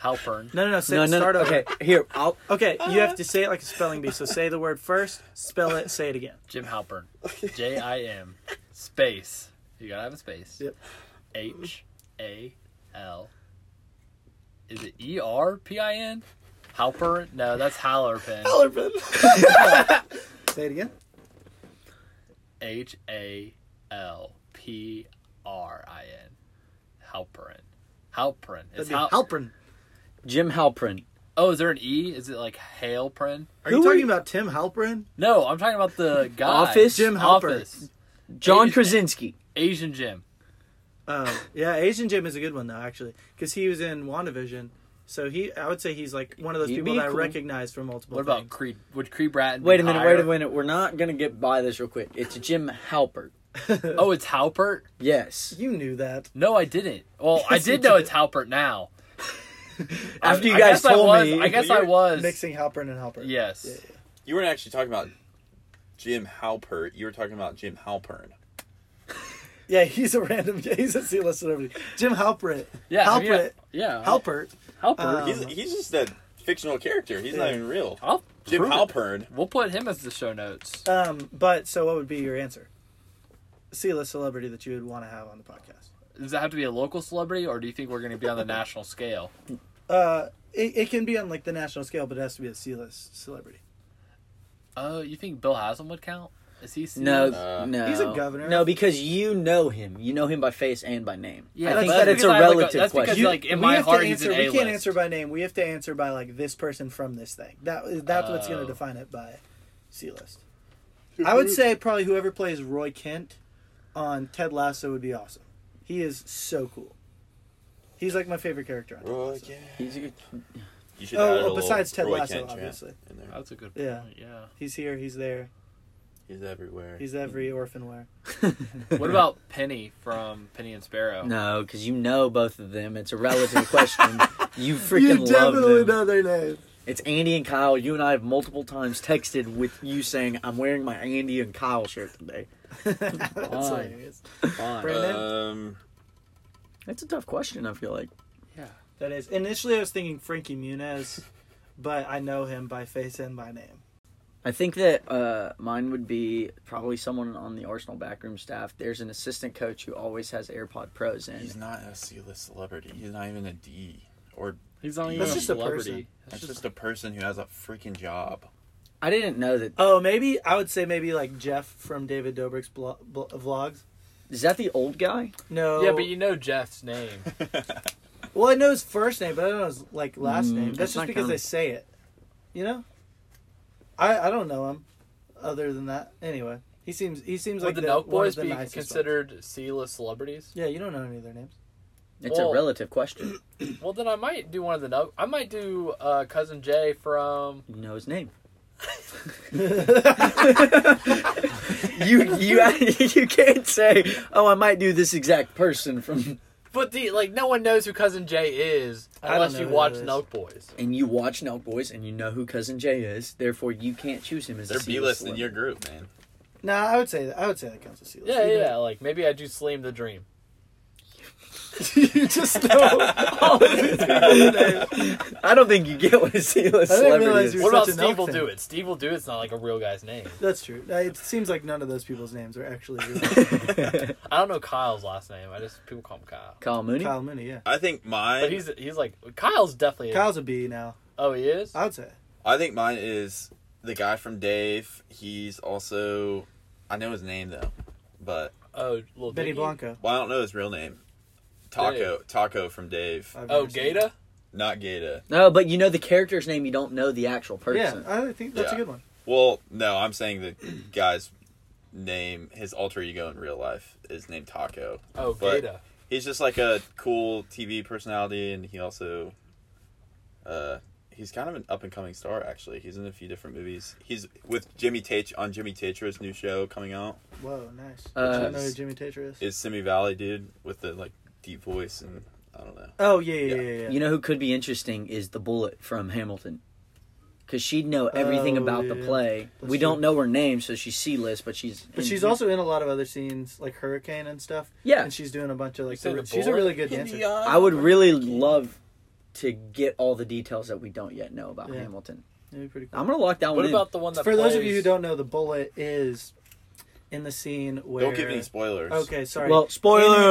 S2: Halpern.
S1: No, no, no. Say,
S3: No, no,
S1: start
S3: no.
S1: over.
S3: Okay, here. I'll.
S1: Okay, you have to say it like a spelling bee. So say the word first, spell it, say it again.
S2: Jim Halpern. J I M space. You gotta have a space.
S1: Yep.
S2: H A L. Is it E R P I N? Halpern? No, that's Hallerpin.
S1: Say it again.
S2: H A L P R I N. Halperin. Halperin.
S1: That'd
S2: It's
S1: be
S2: Hal-
S1: Halpern.
S3: Jim Halprin.
S2: oh, is there an E? Is it like Halprin?
S1: Are
S3: Who
S1: you
S3: are
S1: talking
S3: you-
S1: about Tim Halpern?
S2: No, I'm talking about the guy.
S3: Office?
S1: Jim Halpern.
S2: Office.
S3: John
S2: Asian-
S3: Krasinski.
S2: Asian Jim.
S1: Oh, yeah. Asian Jim is a good one though, actually, because he was in WandaVision. So he, I would say he's like one of those
S3: He'd
S1: people
S3: be
S1: that I
S3: cool.
S1: recognize from multiple.
S2: What about
S1: things.
S2: Creed? Would Creed Bratton? be
S3: Wait a minute. Wait a
S2: higher?
S3: minute. We're not gonna get by this real quick. It's Jim Halpert.
S2: Oh, it's Halpert.
S3: Yes.
S1: You knew that.
S2: No, I didn't. Well, I
S1: Yes, you
S2: did know
S1: did.
S2: it's Halpert now.
S3: After you
S2: I
S3: guys
S2: guess I
S3: told
S2: was-
S3: me,
S2: I guess
S6: You're
S2: I was.
S1: Mixing Halpern and Halpern.
S2: Yes.
S1: Yeah,
S6: You weren't actually talking about Jim Halpert. You were talking about Jim Halpern.
S1: Yeah, he's a random. Yeah, he's a C-list celebrity. Jim Halpert.
S2: Yeah. I mean,
S1: Halpert.
S2: Yeah.
S1: Halpert.
S2: Halpert.
S1: Um,
S6: He's, he's just a fictional character. He's not
S1: Yeah.
S6: even real.
S2: I'll
S6: Jim
S2: prove it.
S6: Halpern.
S2: We'll put him as the show notes.
S1: Um, but so what would be your answer? C list celebrity that you would want to have on the podcast?
S2: Does it have to be a local celebrity, or do you think we're going to be on the national scale?
S1: Uh, it, it can be on like the national scale, but it has to be a C list celebrity.
S2: Oh, you think Bill Haslam would count? Is he? seen?
S3: no,
S6: Uh,
S3: no.
S1: He's a governor.
S3: No, because you know him. You know him by face and by name.
S2: Yeah,
S3: I think
S2: that's
S3: that it's
S2: because
S3: a
S2: I have, like, a-
S3: relative
S2: that's because,
S3: question.
S2: You- like, in
S1: we
S2: my
S1: have to
S2: heart, he's
S1: answer,
S2: an
S1: we can't
S2: A-list.
S1: answer by name. We have to answer by like this person from this thing. That that's what's going
S2: Oh.
S1: to define it by C list. I would say probably whoever plays Roy Kent on Ted Lasso would be awesome. He is so cool. He's like my favorite character on Ted
S6: Roy
S1: Lasso.
S6: Kent.
S3: He's a good-
S6: You should
S1: Oh,
S6: add a
S1: oh,
S6: little
S1: besides Ted
S6: Roy
S1: Lasso,
S6: Kent chant
S1: obviously.
S6: in there.
S2: That's a good
S1: Yeah.
S2: point. Yeah.
S1: He's here. He's there.
S6: He's everywhere.
S1: He's every orphan where.
S2: What about Penny from Penny and Sparrow?
S3: No, because you know both of them. It's a relative question. You freaking love them.
S1: their name.
S3: It's Andy and Kyle. You and I have multiple times texted with you saying, "I'm wearing my Andy and Kyle shirt today."
S1: That's
S3: Fine.
S1: hilarious.
S3: Fine.
S1: Brandon?
S2: Uh,
S6: Um,
S3: That's a tough question. I feel like.
S1: That is. Initially, I was thinking Frankie Muniz, but I know him by face and by name.
S3: I think that uh, mine would be probably someone on the Arsenal backroom staff. There's an assistant coach who always has AirPod Pros in.
S6: He's not a C-list celebrity. He's not even a D or.
S2: He's not
S6: That's
S2: even a
S1: just a
S2: celebrity.
S1: person.
S6: That's
S2: That's just-
S6: just a person who has a freaking job.
S3: I didn't know that.
S1: Oh, maybe I would say maybe like Jeff from David Dobrik's blo- blo- vlogs.
S3: Is that the old guy?
S1: No.
S2: yeah, but you know Jeff's name.
S1: Well, I know his first name, but I don't know his like last
S3: Mm,
S1: name.
S3: that's
S1: That's
S3: not
S1: just because
S3: common.
S1: they say it. You know. I I don't know him, other than that. Anyway, he seems he seems like
S2: Would the
S1: the,
S2: Nelk
S1: one
S2: Boys
S1: of the
S2: be
S1: nicest ones.
S2: considered C-list celebrities?
S1: Yeah, you don't know any of their names.
S3: It's
S2: Well-
S3: a relative question.
S2: Well, then I might do one of the Nelk. I might do uh, cousin Jay from.
S3: You know his name. you you you can't say, "Oh, I might do this exact person from."
S2: But the like, no one knows who cousin Jay is
S1: I don't
S2: unless
S1: know
S2: you
S1: who
S2: watch
S1: that is.
S2: Nelk Boys.
S3: And you watch Nelk Boys, and you know who Cousin Jay is. Therefore, you can't choose him as
S6: They're
S3: a
S6: B-list in
S3: celeb.
S6: your group, man.
S1: Nah, I would say that. I would say that counts as C-list.
S2: Yeah, yeah,
S1: You
S2: yeah. Like maybe I do Slim the Dream.
S1: you just know
S3: Oh,
S1: all of these people's names.
S3: I don't think you get what a C-list
S1: I didn't
S3: celebrity
S1: realize
S3: is.
S1: you You're
S2: what about
S1: such an
S2: Steve
S1: Nelk
S2: will
S1: fan.
S2: do it? Steve will do it's not like a real guy's name.
S1: That's true. Nah, It seems like none of those people's names are actually real.
S2: I don't know Kyle's last name. I just people call him Kyle.
S3: Kyle Mooney.
S1: Kyle Mooney. Yeah,
S6: I think mine.
S2: But he's he's like Kyle's definitely.
S1: Kyle's a B now.
S2: oh, he is.
S1: I would say.
S6: I think mine is the guy from Dave. He's also I know his name though, but
S2: oh, little
S1: Benny
S2: Dicky?
S1: Blanco.
S6: well, I don't know his real name. Taco, Taco from Dave,
S1: I've
S2: Oh,
S1: never seen
S2: Gata.
S6: not Gata.
S3: No, but you know the character's name. You don't know the actual
S1: him. Yeah,
S3: person.
S1: I think that's a
S6: Yeah.
S1: good one.
S6: Well, no, I'm saying the guy's name, his alter ego in real life is named Taco.
S2: Oh,
S6: But-
S2: Gata.
S6: He's just like a cool TV personality, and he also, uh, he's kind of an up and coming star. Actually, he's in a few different movies. He's with Jimmy Tate on Jimmy Tatra's new show coming out.
S1: Whoa, nice.
S3: Uh,
S1: I don't know who Jimmy Tater is.
S6: is Simi Valley dude with the like deep voice and I don't know.
S1: Oh yeah, yeah, yeah,
S6: Yeah.
S1: yeah.
S3: You know who could be interesting is the bullet from Hamilton. Because she'd know everything
S1: Oh,
S3: about the
S1: yeah.
S3: play.
S1: That's
S3: we
S1: true.
S3: don't know her name, so she's C list, but she's.
S1: but she's also in a lot of other scenes, like Hurricane and stuff.
S3: Yeah.
S1: and she's doing a bunch of like.
S2: said
S1: the-
S2: the
S1: she's a
S2: bullet?
S1: really good dancer.
S3: I would really love to get all the details that we don't yet know about
S1: Yeah.
S3: Hamilton.
S1: That'd be pretty cool.
S3: I'm going to lock that
S2: What
S3: one in.
S2: about the one that
S1: For those of you who
S2: plays-
S1: don't know, the bullet is in the scene where.
S6: Don't give any spoilers.
S1: Okay, sorry.
S3: Well, spoiler
S1: In-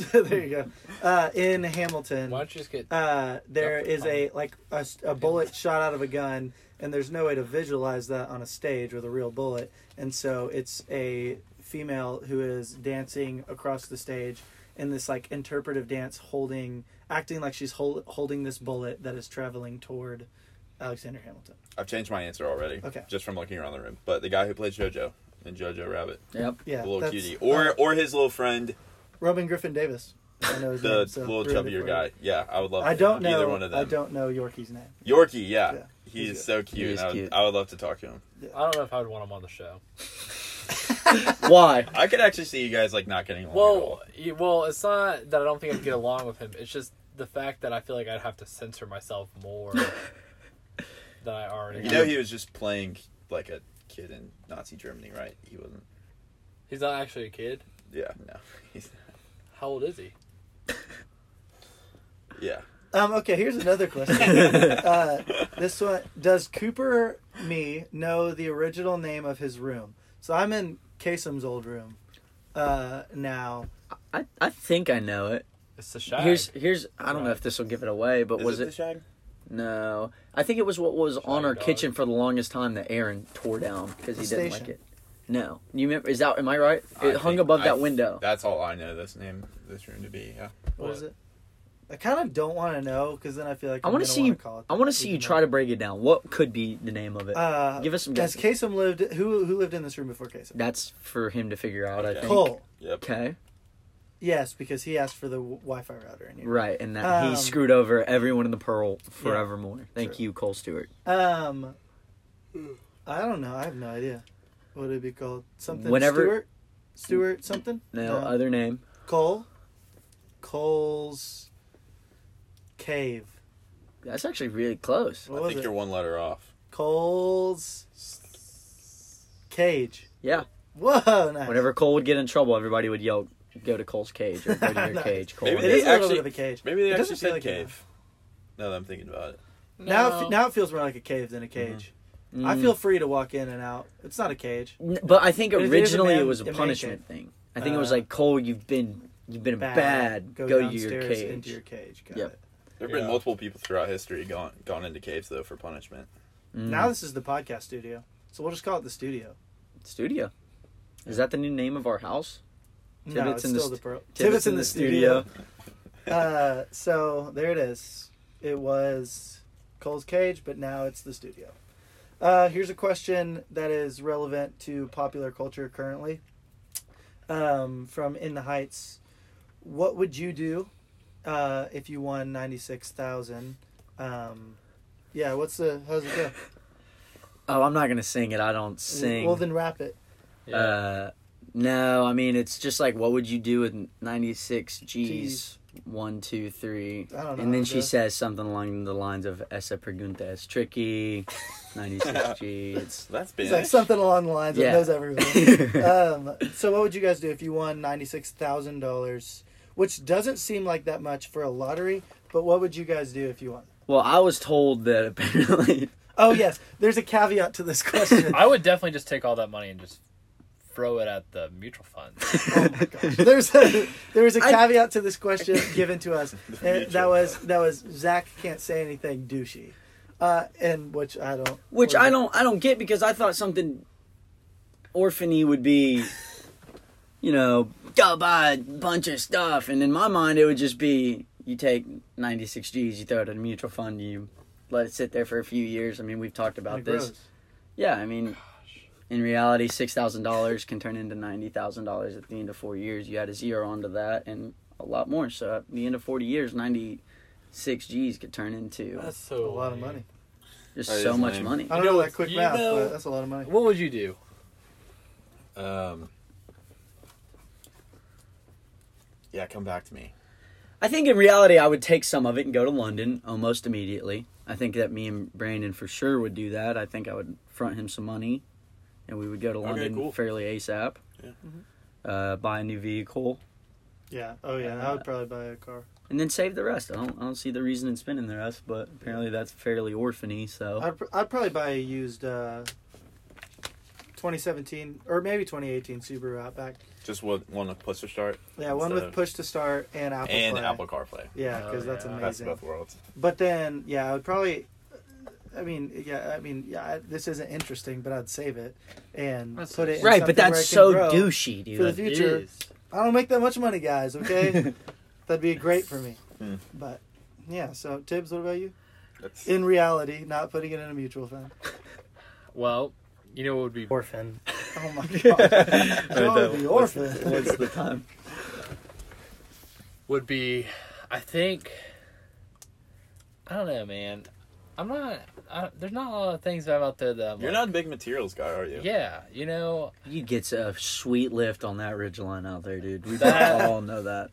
S1: Yes, there you go. Uh, in Hamilton,
S2: Why don't you just get?
S1: uh, there
S2: Nope.
S1: is a like a, s- a bullet shot out of a gun, and there's no way to visualize that on a stage with a real bullet, and so it's a female who is dancing across the stage in this like interpretive dance, holding, acting like she's hol- holding this bullet that is traveling toward Alexander Hamilton.
S6: I've changed my answer already.
S1: Okay.
S6: Just from looking around the room. But the guy who played JoJo and JoJo Rabbit,
S3: Yep.
S1: Yeah,
S6: the little
S1: that's-
S6: cutie, or
S1: uh,
S6: or his little friend,
S1: Robin Griffin Davis. I know his
S6: the
S1: name, so
S6: little
S1: three of the
S6: chubbier
S1: four.
S6: guy. Yeah, I would love.
S1: I don't
S6: either
S1: know.
S6: one of them.
S1: I don't know Yorkie's name.
S6: Yorkie, yeah,
S1: Yeah,
S6: he's,
S1: he's good.
S6: so cute.
S3: He is
S6: I would,
S3: cute.
S6: I would love to talk to him.
S2: I don't know if I would want him on the show.
S3: Why?
S6: I could actually see you guys like not getting along. at
S2: Well,
S6: all.
S2: y- well, it's not that I don't think I'd get along with him. It's just the fact that I feel like I'd have to censor myself more than I already.
S6: you
S2: have.
S6: know he was just playing like a kid in Nazi Germany, right? He wasn't.
S2: He's not actually a kid.
S6: Yeah, no, he's
S2: How old is he?
S6: yeah.
S1: Um, okay, here's another question. uh, this one does Cooper me know the original name of his room? So I'm in Kasem's old room uh, now.
S3: I, I think I know it.
S2: It's the shag.
S3: Here's here's I don't know
S2: Right.
S3: if this will give it away, but
S6: Is
S3: was
S6: it, the
S3: it,
S6: shag?
S3: no? I think it was what was on
S2: Shag
S3: our
S2: dog.
S3: kitchen for the longest time that Aaron tore down because he
S1: The
S3: didn't
S1: station.
S3: like it. No, you remember? Is that am I right? It
S6: I
S3: hung
S6: think-
S3: above
S6: I
S3: that
S6: th-
S3: window.
S6: That's all I know this name, this room to be. Yeah.
S1: What is it? I kind of don't want to know because then I feel like
S3: I
S1: I'm
S3: want
S1: gonna
S3: to see.
S1: wanna call it
S3: I want to see you try to break it down. What could be the name of it?
S1: Uh,
S3: Give us some
S1: Has
S3: guesses.
S1: Kasem lived? Who who lived in this room before Kasem?
S3: That's for him to figure out. I
S6: Okay.
S3: think.
S1: Cole.
S6: Yep.
S3: Okay.
S1: Yes, because he asked for the w- Wi-Fi router. And you.
S3: Right, and that
S1: Um,
S3: he screwed over everyone in the Pearl forevermore. Thank you, Cole Stewart.
S1: Um, I don't know. I have no idea. What would it be called? Something.
S3: Whenever-
S1: Stewart. Stewart something.
S3: No uh, other name.
S1: Cole. Cole's cave.
S3: That's actually really close.
S1: What
S6: I
S1: was
S6: think
S1: it?
S6: you're one letter off.
S1: Cole's cage.
S3: Yeah.
S1: Whoa, nice.
S3: Whenever Cole would get in trouble, everybody would yell, "Go to Cole's cage or go to your
S1: Nice.
S3: cage, Cole."
S6: Maybe
S1: It
S6: they
S1: is a little
S6: actually-
S1: bit of a cage.
S6: Maybe they
S1: It
S6: actually
S1: doesn't feel
S6: said
S1: like it,
S6: cave. No, that I'm thinking about it.
S3: Mm-hmm.
S1: though. Now, it, fe- now it feels more like a cave than a cage. I
S3: Mm.
S1: feel free to walk in and out. It's not a cage.
S3: N- But I think
S1: It is a
S3: originally
S1: man-
S3: it was a
S1: it made
S3: punishment thing. I think it was
S1: Uh,
S3: like Cole, you've been you've been bad. Go, to your
S1: downstairs
S3: cage.
S1: Into your cage. Got
S3: Yep.
S1: it.
S6: There have been
S2: Yeah.
S6: multiple people throughout history gone gone into caves though for punishment.
S3: Mm. Mm-hmm.
S1: Now this is the podcast studio, so we'll just call it the studio.
S3: Studio. Is that the new name of our house?
S1: no,
S3: Tibbetts
S1: it's
S3: in the
S1: still the,
S3: st-
S1: pro-
S3: Tibbetts in the studio.
S1: uh, so there it is. It was Cole's cage, but now it's the studio. Uh, here's a question that is relevant to popular culture currently. Um, from In the Heights, what would you do uh, if you won ninety six thousand? Um, yeah, what's the how's it go?
S3: Oh, I'm not gonna sing it. I don't sing.
S1: Well, then wrap it.
S2: Yeah.
S3: Uh, no, I mean it's just like what would you do with 96 G's? One, two, three.
S1: I don't know
S3: And
S1: how
S3: then
S1: to
S3: she
S1: do it.
S3: says something along the lines of "Esa pregunta es tricky." 96 G. It's
S6: That's
S1: It's
S6: been
S1: like something along the lines
S3: Yeah.
S1: of knows everything.
S3: Uh,
S1: um, so, what would you guys do if you won ninety six thousand dollars, which doesn't seem like that much for a lottery? But what would you guys do if you won?
S3: well, I was told that apparently
S1: Oh yes, there's a caveat to this question.
S2: I would definitely just take all that money and just throw it at the mutual fund.
S1: oh my gosh, there's a, there was a
S3: I-
S1: caveat to this question given to us. and
S6: mutual
S1: that was that was Zach can't say anything douchey, uh, and which I don't.
S3: which I don't I don't get because I thought something orphany would be you know go buy a bunch of stuff and in my mind it would just be you take 96 G's you throw it in a mutual fund you let it sit there for a few years I mean we've talked about
S1: Like,
S3: this
S1: gross.
S3: yeah I mean in reality $6,000 can turn into $90,000 at the end of 4 years you add a zero onto that and a lot more so at the end of 40 years 96 G's could turn into
S1: That's
S2: So
S1: a lot of
S2: lame.
S1: money.
S3: just
S6: That
S3: so
S6: is
S3: much
S6: lame.
S3: money
S1: I don't
S2: You
S1: know,
S2: know,
S1: that quick
S2: you
S1: math,
S2: know-
S1: but that's a lot of money.
S2: What would you do?
S6: um Yeah, come back to me.
S3: I think in reality, I would take some of it and go to London almost immediately. I think that me and Brandon for sure would do that. I think I would front him some money, and we would go to
S6: Okay,
S3: London
S6: cool.
S3: fairly ASAP.
S6: Yeah.
S3: Uh, buy a new vehicle
S1: Yeah. Oh yeah, I would probably buy a car.
S3: and then save the rest. I don't, I don't see the reason in spending the rest, but apparently that's fairly orphany. So
S1: I'd, pr- I'd probably buy a used uh, 2017 or maybe 2018 Subaru Outback.
S6: Just one one with push to start
S1: Yeah, one
S6: Instead
S1: with
S6: of-
S1: push to start and Apple
S6: and
S1: Play.
S6: Apple CarPlay.
S1: Yeah, because
S2: Oh,
S1: that's
S2: yeah.
S6: Best
S1: amazing.
S6: of both worlds.
S1: But then, yeah, I would probably. I mean, yeah, I mean, yeah. I, this isn't interesting, but I'd save it and
S2: That's
S1: put it in
S3: right,
S1: something
S3: but
S1: where
S3: that's
S1: it can
S3: so
S1: grow
S3: douchey,
S1: for the
S3: dude.
S1: future.
S2: It is.
S1: I don't make that much money, guys. Okay, that'd be great for me.
S6: Hmm.
S1: But yeah, so Tibbs, what about you?
S6: That's
S1: In reality, not putting it in a mutual fund.
S2: Well, you know what would be
S1: Orphan. Oh my god. Joey the orphan.
S3: What's the time?
S2: would be I think I don't know, man. I'm not I, there's not a lot of things out there that I'm
S6: You're
S2: like,
S6: not a big materials guy, are you?
S2: Yeah, you know,
S3: You get a sweet lift on that ridge line out there, dude. We
S2: That-
S3: all know that.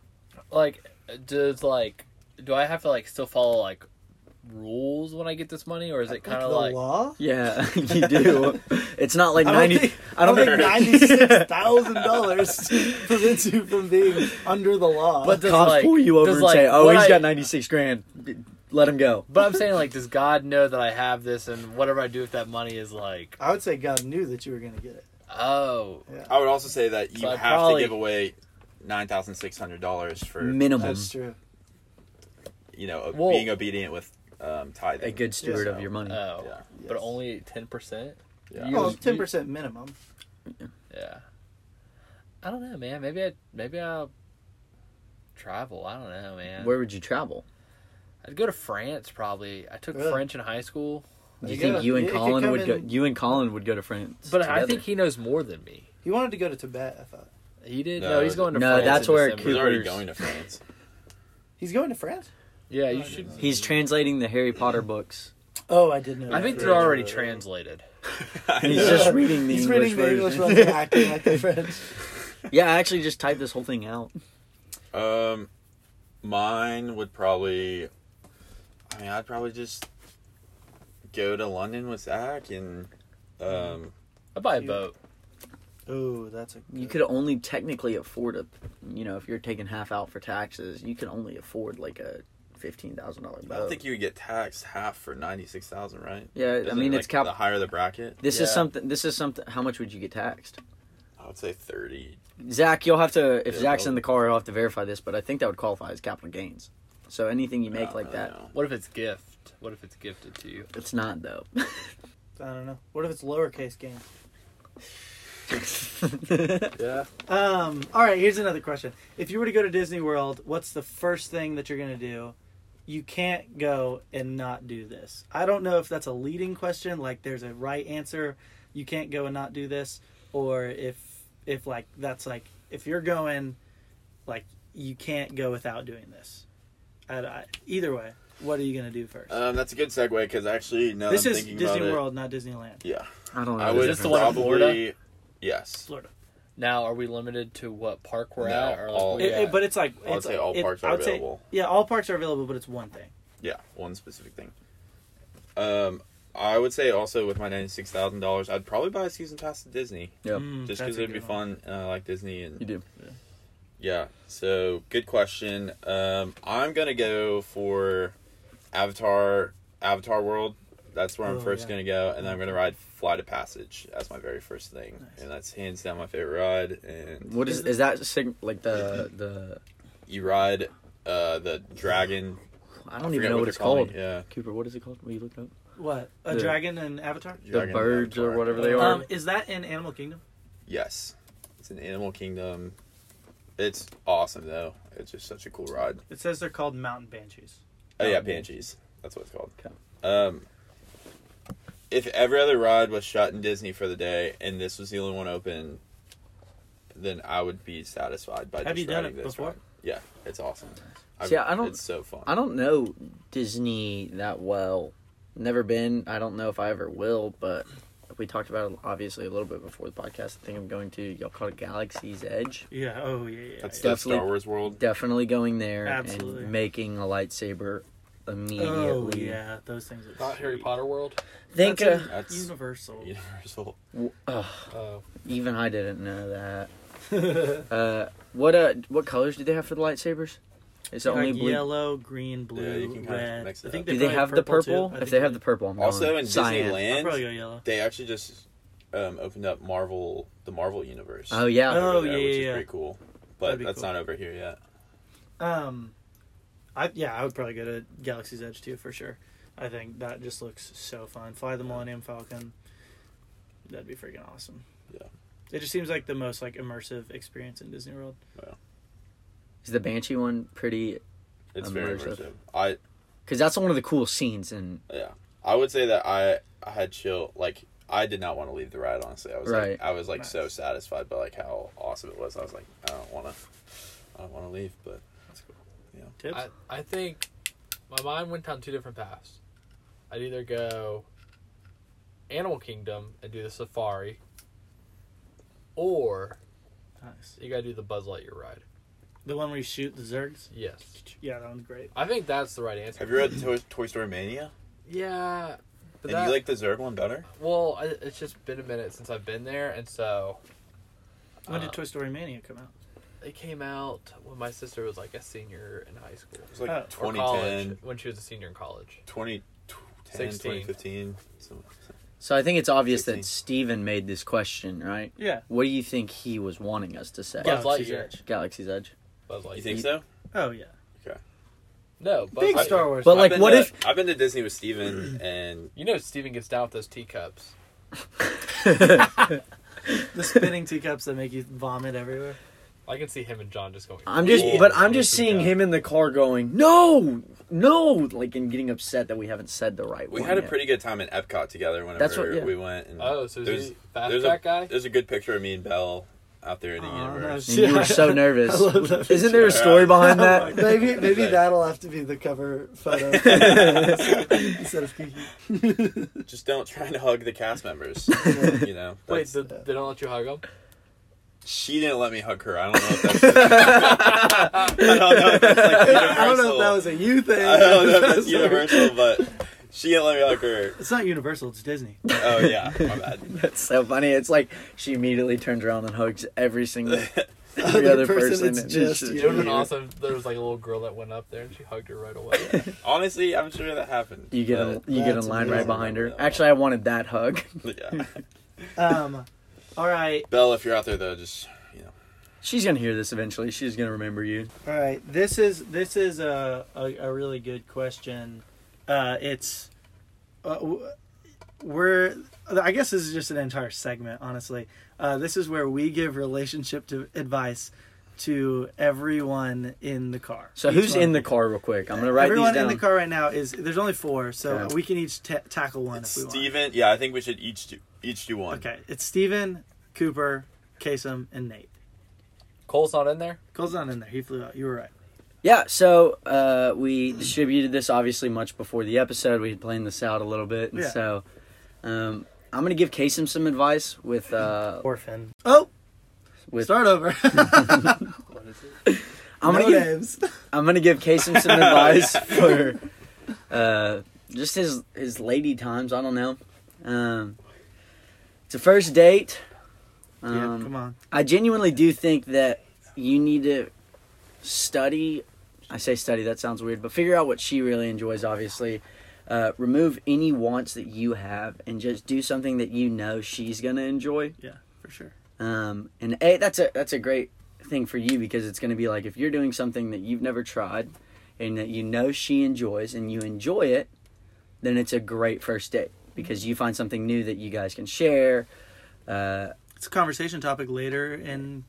S2: like does like do I have to like still follow like rules when I get this money or is it kind
S1: the
S2: of like
S1: law?
S3: Yeah, you do. It's not like
S1: I don't
S3: ninety.
S1: think-
S3: I don't think
S1: ninety six thousand dollars prevents you from being under the law.
S2: But does,
S3: cops
S2: like-
S3: pull you over
S2: does,
S3: and
S2: like,
S3: say, "Oh,
S2: what
S3: he's
S2: I-
S3: got ninety six grand. Let him go."
S2: But I'm saying like does God know that I have this and whatever I do with that money is like
S1: I would say God knew that you were gonna get it.
S2: oh
S6: I would also say that you
S2: So I'd
S6: have
S2: probably-
S6: to give away nine thousand six hundred dollars for
S3: Minimum,
S1: That's true.
S6: you know
S2: Well-
S6: being obedient with um, tithing.
S3: a good steward
S6: Yeah.
S3: of your money.
S2: oh
S6: Yeah.
S2: but
S1: Yes.
S2: only 10%?
S6: Yeah.
S2: You-
S1: Well, Oh, ten percent minimum.
S2: Yeah. I don't know, man. Maybe I maybe I'll travel. I don't know, man.
S3: Where would you travel?
S2: I'd go to France probably. I took
S1: Really?
S2: French in high school,
S3: Do you
S1: You
S3: think
S1: gotta-
S3: you and
S1: it could
S3: Colin
S1: come
S3: would go?
S1: in-
S3: You and Colin would go to France.
S2: but I
S3: together.
S2: think he knows more than me.
S1: He wanted to go to Tibet. I thought
S2: He did.
S6: No,
S2: No, he's going to
S3: no,
S2: France.
S3: that's
S2: in
S3: where
S2: December.
S6: He's already
S3: Cooper's-
S6: going to France.
S1: he's going to France.
S2: Yeah, you should.
S3: he's translating the Harry Potter books.
S1: Oh, I did know.
S2: I
S1: that.
S2: think they're already translated.
S3: He's just reading the
S1: he's
S3: English
S1: reading the English
S3: version.
S1: ones and acting like they're French.
S3: yeah, I actually just typed this whole thing out.
S6: Um, mine would probably. I mean, I'd probably just go to London with Zach and. Um,
S2: I buy a boat.
S1: Oh, that's a.
S3: You could only technically afford a, you know, if you're taking half out for taxes, you can only afford like a fifteen thousand dollar
S6: I
S3: boat.
S6: don't think you would get taxed half for ninety six thousand, right?
S3: Yeah, I
S6: Isn't it,
S3: mean
S6: like,
S3: it's cap.
S6: The higher the bracket,
S3: this is
S2: Yeah.
S3: something. This is something. How much would you get taxed?
S6: I would say thirty.
S3: Zach, you'll have to. If
S6: Yeah,
S3: Zach's in
S6: probably.
S3: the car, you'll have to verify this, but I think that would qualify as capital gains. So anything you make
S6: I
S3: like
S6: don't
S3: that,
S6: know.
S2: What if it's gift? What if it's gifted to you?
S3: it's not though.
S1: I don't know. What if it's lowercase game?
S6: Yeah.
S1: Um, all right, here's another question. If you were to go to Disney World, what's the first thing that you're going to do? You can't go and not do this. I don't know if that's a leading question, like there's a right answer, you can't go and not do this, or if if like that's like if you're going like you can't go without doing this. I, I, either way, what are you going to do first?
S6: Um, that's a good segue because actually, now
S1: this
S6: that I'm
S1: is
S6: thinking
S1: Disney
S6: about
S1: World, not Disneyland.
S6: It, yeah,
S3: I don't know.
S6: I
S3: the
S6: would
S2: this the
S3: difference.
S2: one in
S6: probably.
S2: Florida?
S6: Yes.
S1: Florida.
S2: Now, are we limited to what park we're
S6: No,
S2: at? Or like,
S6: all-
S2: we
S1: It- it-
S2: at?
S1: but it's like
S6: Oh, I would
S1: it's
S6: say
S1: like-
S6: all
S1: it-
S6: parks
S1: I
S6: are
S1: would say-
S6: available.
S1: yeah, all parks are available, but it's one thing.
S6: Yeah, one specific thing. Um, I would say also with my ninety six thousand dollars, I'd probably buy a season pass to Disney
S3: Yep.
S1: Mm,
S6: just
S1: that's
S6: because
S1: a
S6: it'd be
S1: good one.
S6: fun, and I like Disney. And
S3: You do.
S6: yeah, so good question. Um, I'm gonna go for Avatar, Avatar World. That's where I'm
S1: Oh,
S6: first
S1: yeah.
S6: gonna go, and then I'm gonna ride Flight of Passage as my very first thing,
S1: Nice.
S6: and that's hands down my favorite ride. And
S3: What is
S1: Is it-
S3: is that sig- like the the
S6: you ride uh the dragon.
S3: I don't
S6: forget
S3: even know what
S6: they're
S3: it's called.
S6: Yeah,
S3: Cooper, what is it called? Will you look it up?
S1: What a
S3: The-
S1: dragon and Avatar?
S3: The
S6: Dragon
S3: birds or
S6: Avatar.
S3: whatever they are.
S1: Um, is that in Animal Kingdom?
S6: Yes, it's an Animal Kingdom. It's awesome though. It's just such a cool ride.
S1: It says they're called mountain banshees.
S6: Oh yeah,
S3: Mountain
S6: Banshees. That's what it's called.
S3: Okay.
S6: Um, if every other ride was shut in Disney for the day and this was the only one open, then I would be satisfied by
S1: Have
S6: just
S1: you done
S6: riding
S1: it
S6: this
S1: before?
S6: ride. Yeah, it's awesome.
S3: See, I don't-
S6: It's so fun.
S3: I don't know Disney that well. Never been. I don't know if I ever will, but we talked about it obviously a little bit before the podcast. I think I'm going to y'all call it Galaxy's Edge.
S1: Yeah. Oh yeah. yeah,
S6: That's
S1: yeah.
S6: the
S3: definitely-
S6: Star Wars world.
S3: Definitely going there
S1: Absolutely.
S3: and making a lightsaber
S1: Oh
S3: immediately.
S1: yeah. Those things. Are
S2: not Harry
S1: sweet.
S2: Potter World.
S3: Think
S1: That's
S3: uh,
S1: in
S6: That's-
S1: Universal.
S6: Universal.
S2: Oh,
S3: even I didn't know that. uh, what uh, what colors do they have for the lightsabers? Is it
S1: Like
S3: only blue?
S1: yellow, green, blue,
S6: Yeah, you can kinda
S1: red.
S6: mix it
S1: I think
S6: up.
S1: they
S3: do they
S1: probably
S3: have the
S1: too.
S3: purple?
S1: I
S3: If
S1: think
S3: they have the purple, I'm
S6: Also
S3: going.
S6: in
S3: Cyan.
S1: I'll probably go
S6: Disneyland,
S1: yellow.
S6: they actually just um, opened up Marvel, the Marvel universe.
S3: Oh yeah.
S1: Oh,
S6: over
S1: yeah,
S6: which
S1: yeah,
S6: is
S1: yeah.
S6: pretty cool.
S1: That'd
S6: But
S1: be
S6: that's
S1: cool.
S6: not over here yet.
S1: Um, I yeah, I would probably go to Galaxy's Edge too for sure. I think that just looks so fun. Fly the Millennium Falcon. That'd be freaking awesome.
S6: Yeah.
S1: It just seems like the most like immersive experience in Disney World.
S3: Is the Banshee one pretty?
S6: It's very
S3: Immersive.
S6: immersive. I
S3: Because that's one of the cool scenes in
S6: yeah. I would say that I I had chill like I did not want to leave the ride honestly. I was
S3: Right.
S6: like I was like so
S1: Nice.
S6: satisfied by like how awesome it was. I was like I don't want to I don't want to leave, but
S1: That's cool.
S6: Yeah.
S1: Tips.
S2: I, I think my mind went down two different paths. I'd either go Animal Kingdom and do the safari, or
S1: nice.
S2: you gotta do the Buzz Lightyear ride.
S1: The one where you shoot the Zergs.
S2: Yes,
S1: Yeah, that one's great.
S2: I think that's the right answer.
S6: have you read Toy, Toy Story Mania?
S2: Yeah, but
S6: And
S2: that,
S6: you like the Zerg one better?
S2: well, I, it's just been a minute since I've been there, and so
S1: When
S2: Uh,
S1: did Toy Story Mania come out?
S2: it came out when my sister was like a senior in high school
S6: It was like
S1: Oh. Or
S2: or
S6: 2010,
S2: college when she was a senior in college.
S6: 2010, 2015. So,
S3: So I think it's obvious that
S6: 16.
S3: Steven made this question, right?
S1: Yeah.
S3: What do you think he was wanting us to say?
S2: Yeah. Buzz Lightyear.
S1: Edge.
S3: Galaxy's Edge.
S2: Buzz Lightyear.
S6: you think so?
S1: Oh yeah.
S2: No, Buzz
S1: Big
S2: Lightyear.
S1: Star Wars.
S3: But
S6: I've
S3: like,
S6: been
S3: what
S6: to-
S3: if?
S6: I've been to Disney with Steven and
S2: You know, Steven gets down with those teacups.
S1: the spinning teacups that make you vomit everywhere.
S2: I can see him and John just going.
S3: I'm just,
S6: Yeah.
S3: but I'm just
S2: Yeah.
S3: seeing him in the car going, no, no, like and getting upset that we haven't said the right
S6: We
S3: one.
S6: had a
S3: yet.
S6: pretty good time in Epcot together whenever
S3: That's what- yeah.
S6: we went. And
S2: Oh, so is
S6: there's-
S2: he fast
S6: there's
S2: track
S6: a,
S2: guy?
S6: There's a good picture of me and Belle out there in the
S1: Aw,
S6: universe.
S1: nice.
S3: And you were so nervous.
S1: I love that
S3: Isn't there a
S6: picture. Oh
S3: story behind that?
S1: Maybe maybe
S6: Right.
S1: that'll have to be the cover photo instead of Kiki.
S6: Just don't try to hug the cast members. you know,
S2: Wait,
S6: That's-
S2: the, they don't let you hug him.
S6: she didn't let me hug her. I don't know if that's. I don't know if that's like universal.
S1: I don't know if that was a you thing.
S6: I don't know if that's universal, but she didn't let me hug her.
S1: It's not Universal. It's Disney.
S6: Oh yeah, my bad.
S3: That's so funny. It's like she immediately turns around and hugs every single
S1: other, person, it's
S3: and
S1: just
S3: just-
S2: It would have been
S1: you.
S2: awesome. There was like a little girl that went up there and she hugged her right away.
S6: Honestly, I'm sure that happened.
S3: You get a,
S6: but-
S3: you get a
S1: That's
S3: line right
S1: amazing.
S3: behind her. Actually, I wanted that hug.
S6: but yeah.
S1: Um, all right,
S6: Belle, if you're out there though, just you know,
S3: She's gonna hear this eventually. She's gonna remember you.
S1: all right. This is this is a a, a really good question. Uh, it's uh, w- we're I guess this is just an entire segment. Honestly, uh, this is where we give relationship to advice to everyone in the car.
S3: So
S1: Each
S3: who's
S1: one.
S3: in the car, real quick? I'm gonna write
S1: everyone
S3: these down.
S1: in the car right now is there's only four, so
S3: Okay.
S1: we can each ta tackle one if we want.
S6: Steven, yeah, I think we should each do each do one.
S1: Okay, it's Steven, Cooper, Kasem, and Nate.
S2: Cole's not in there.
S1: Cole's not in there. He flew out. You were right.
S3: Yeah, so uh, we distributed this obviously much before the episode. We had planned this out a little bit, and
S1: Yeah.
S3: so um, I'm gonna give Kasem some advice with uh,
S1: Orphan. Oh,
S3: with
S1: start over.
S3: I'm gonna
S1: no
S3: give
S1: names.
S3: I'm gonna give Kasem some advice for uh, just his his lady times. I don't know. Um, it's a first date.
S1: yeah,
S3: Um,
S1: come on.
S3: I genuinely do think that you need to study. I say study, that sounds weird, but figure out what she really enjoys, obviously. Uh, remove any wants that you have and just do something that you know she's going to enjoy.
S1: Yeah, for sure.
S3: Um, and A, that's a, that's a great thing for you because it's going to be like if you're doing something that you've never tried and that you know she enjoys and you enjoy it, then it's a great first date because you find something new that you guys can share. Uh,
S1: It's a conversation topic later in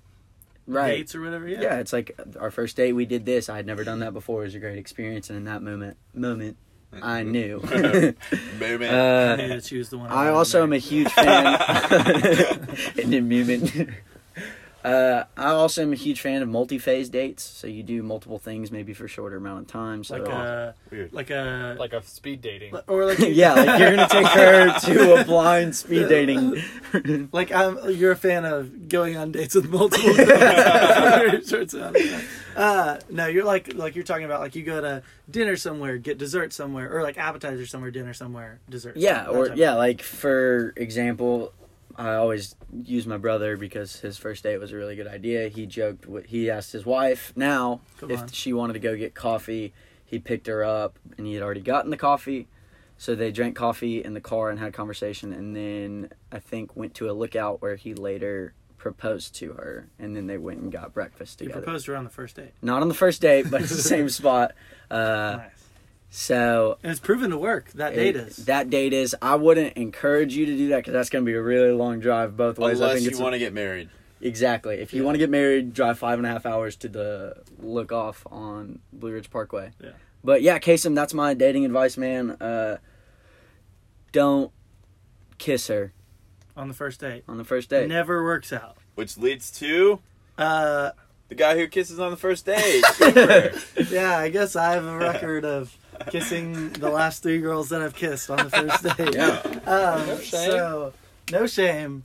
S3: right.
S1: dates or whatever. Yeah.
S3: yeah. it's like uh, our first date we did this i had never done that before it was a great experience and in that moment moment i
S1: Mm-hmm.
S3: knew
S6: Moment.
S1: I knew
S3: uh,
S1: that she was the one.
S3: i
S1: wanted
S3: also
S1: to
S3: am a
S1: marry.
S3: huge fan in the moment uh, i also am a huge fan of multi-phase dates so you do multiple things maybe for a shorter amount of time so
S1: like uh, a
S6: Weird.
S1: like a
S2: Like a speed dating.
S1: or like
S3: yeah like you're gonna take her to a blind speed dating
S1: like I'm you're a fan of going on dates with multiple girls. Short sound. uh, no, you're like like you're talking about like you go to dinner somewhere, get dessert somewhere, or like appetizer somewhere, dinner somewhere, dessert. somewhere,
S3: Yeah,
S1: that
S3: or
S1: type of-
S3: yeah, like for example, I always use my brother because his first date was a really good idea. He joked what he asked his wife now
S1: Come
S3: if
S1: on.
S3: she wanted to go get coffee. He picked her up and he had already gotten the coffee. So they drank coffee in the car and had a conversation and then I think went to a lookout where he later proposed to her and then they went and got breakfast
S1: You
S3: together.
S1: proposed to her on the first date.
S3: Not on the first date, but it's the same spot. Uh,
S1: nice.
S3: so
S1: And it's proven to work. That
S3: it-
S1: date is.
S3: That date is. I wouldn't encourage you to do that because that's going to be a really long drive both ways. I
S6: Unless
S3: think
S6: you
S3: it's
S6: want to get married.
S3: exactly. If you want to get married, drive five and a half hours to the look off on Blue Ridge Parkway.
S1: Yeah.
S3: But yeah, Kasem, that's my dating advice, man. Uh, don't kiss her
S1: on the first date.
S3: on the first date.
S1: Never works out.
S6: Which leads to
S1: Uh,
S6: the guy who kisses on the first date. Cooper.
S1: yeah, I guess I have a record of kissing the last three girls that I've kissed on the first date. Um,
S2: No shame.
S1: So, no shame,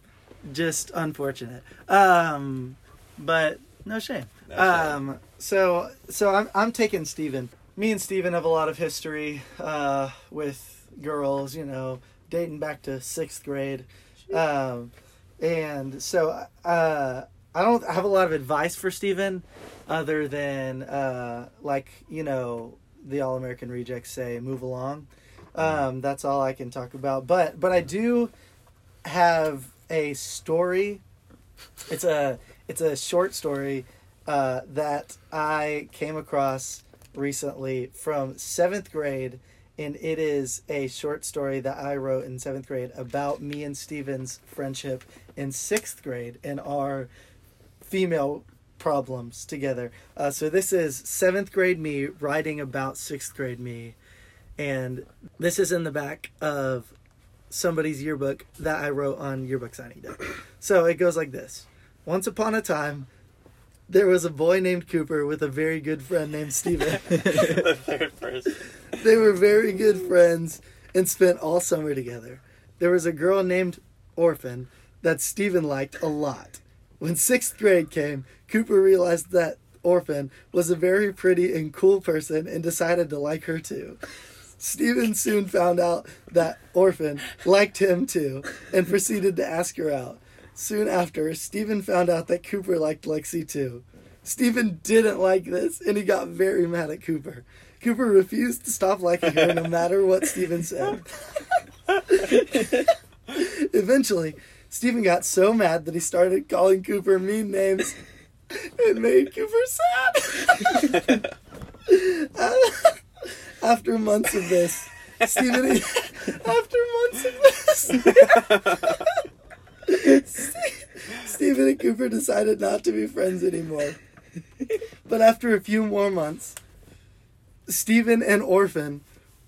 S1: just unfortunate. Um, but no shame.
S6: No
S1: um, so, so I'm I'm taking Steven. Me and Steven have a lot of history uh, with girls, you know, dating back to sixth grade. Um, and so uh, I don't have a lot of advice for Steven other than uh, like you know the All American rejects say move along. Um, that's all I can talk about. But but I do have a story. It's a it's a short story uh, that I came across recently from seventh grade, and it is a short story that I wrote in seventh grade about me and Steven's friendship in sixth grade and our female problems together. Uh, so this is seventh grade me writing about sixth grade me, and this is in the back of somebody's yearbook that I wrote on yearbook signing day. So it goes like this: Once upon a time. There was a boy named Cooper with a very good friend named Steven.
S6: the third person.
S1: they were very good friends and spent all summer together. There was a girl named Orphan that Steven liked a lot. When sixth grade came, Cooper realized that Orphan was a very pretty and cool person and decided to like her too. Steven soon found out that Orphan liked him too and proceeded to ask her out. Soon after, Stephen found out that Cooper liked Lexi too. Stephen didn't like this, and he got very mad at Cooper. Cooper refused to stop liking her no matter what Stephen said. Eventually, Stephen got so mad that he started calling Cooper mean names. It made Cooper sad. after months of this, Stephen. after months of this, Stephen and Cooper decided not to be friends anymore. But after a few more months, Stephen and Orphan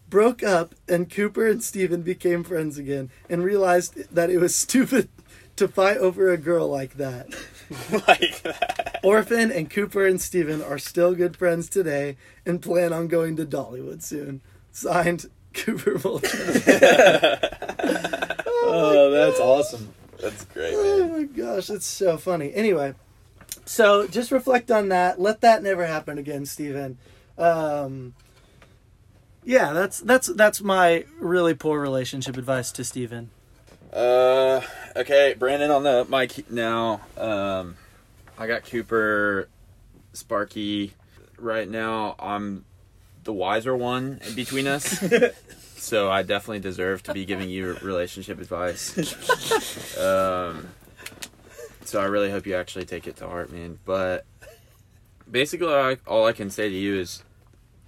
S1: broke up, and Cooper and Stephen became friends again and realized that it was stupid to fight over a girl like that.
S6: like that.
S1: Orphan and Cooper and Steven are still good friends today and plan on going to Dollywood soon. Signed, Cooper Vulture.
S5: Oh, that's awesome.
S6: That's great,
S1: oh
S6: man.
S1: my gosh, it's so funny. Anyway, so just reflect on that. Let that never happen again, Steven. Um, yeah, that's that's that's my really poor relationship advice to Steven.
S6: Uh, okay, Brandon on the mic now. Um, I got Cooper, Sparky. Right now, I'm the wiser one between us, so I definitely deserve to be giving you relationship advice. um, so I really hope you actually take it to heart, man. But basically, I, all I can say to you is,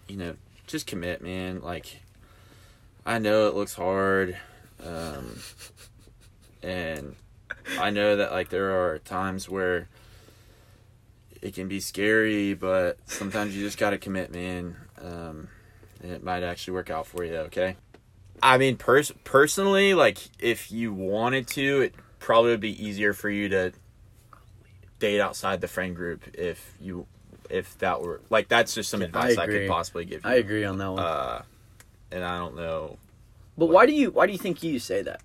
S6: you know, just commit, man. Like, I know it looks hard. Um, and I know that like there are times where it can be scary, but sometimes you just gotta commit, man. Um, and it might actually work out for you. Okay. I mean, pers- personally, like if you wanted to, it probably would be easier for you to date outside the friend group if you if that were like that's just some advice I, could
S3: agree.
S6: possibly give you.
S3: I agree on that one.
S6: Uh, and I don't know.
S3: but why do you why do you think you say that?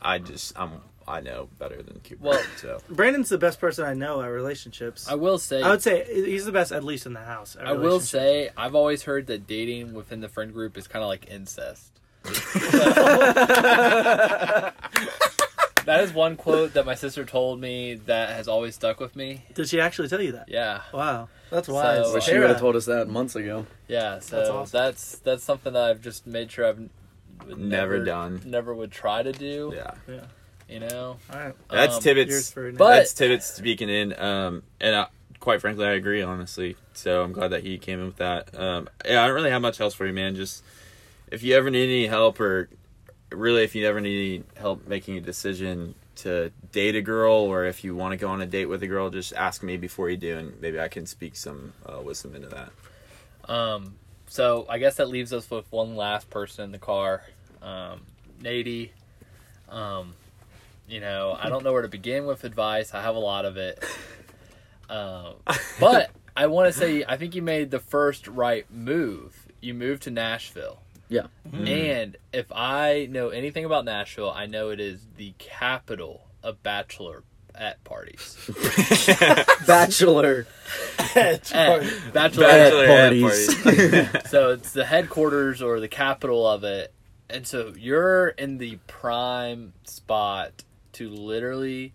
S6: I just I'm I know better than Cooper.
S2: Well-
S6: so
S1: Brandon's the best person I know at relationships.
S2: I will say
S1: I would say he's the best, at least in the house. at
S2: I will
S1: relationships.
S2: say I've always heard that dating within the friend group is kind of like incest. that is one quote that my sister told me that has always stuck with me.
S1: Did she actually tell you that?
S2: Yeah,
S1: Wow, that's
S2: So-
S1: wise.
S2: Well,
S3: But she
S1: Sarah.
S3: would have told us that months ago.
S2: yeah. So
S1: That's
S2: that's
S1: awesome.
S2: that's, something that I've just made sure I've n- would
S6: Never done.
S2: never would try to do.
S6: yeah.
S2: You know,
S1: All right,
S6: That's
S2: Um,
S1: yours
S6: Tibbetts.
S1: for now.
S2: but-
S6: That's Tibbetts speaking in. Um, and I, quite frankly, I agree, honestly. So I'm glad that he came in with that. Um, yeah, I don't really have much else for you, man. Just if you ever need any help, or really if you ever need any help making a decision to date a girl, or if you want to go on a date with a girl, just ask me before you do, and maybe I can speak some uh, wisdom into that.
S2: Um, so I guess that leaves us with one last person in the car, um, Nady. Um, you know, I don't know where to begin with advice. I have a lot of it. Um, but I want to say I think you made the first right move. You moved to Nashville.
S3: Yeah.
S2: And if I know anything about Nashville, I know it is the capital of bachelor at parties.
S3: Bachelor.
S2: At bachelor
S6: Bachelorette
S3: parties.
S2: so it's the headquarters or the capital of it and so you're in the prime spot to literally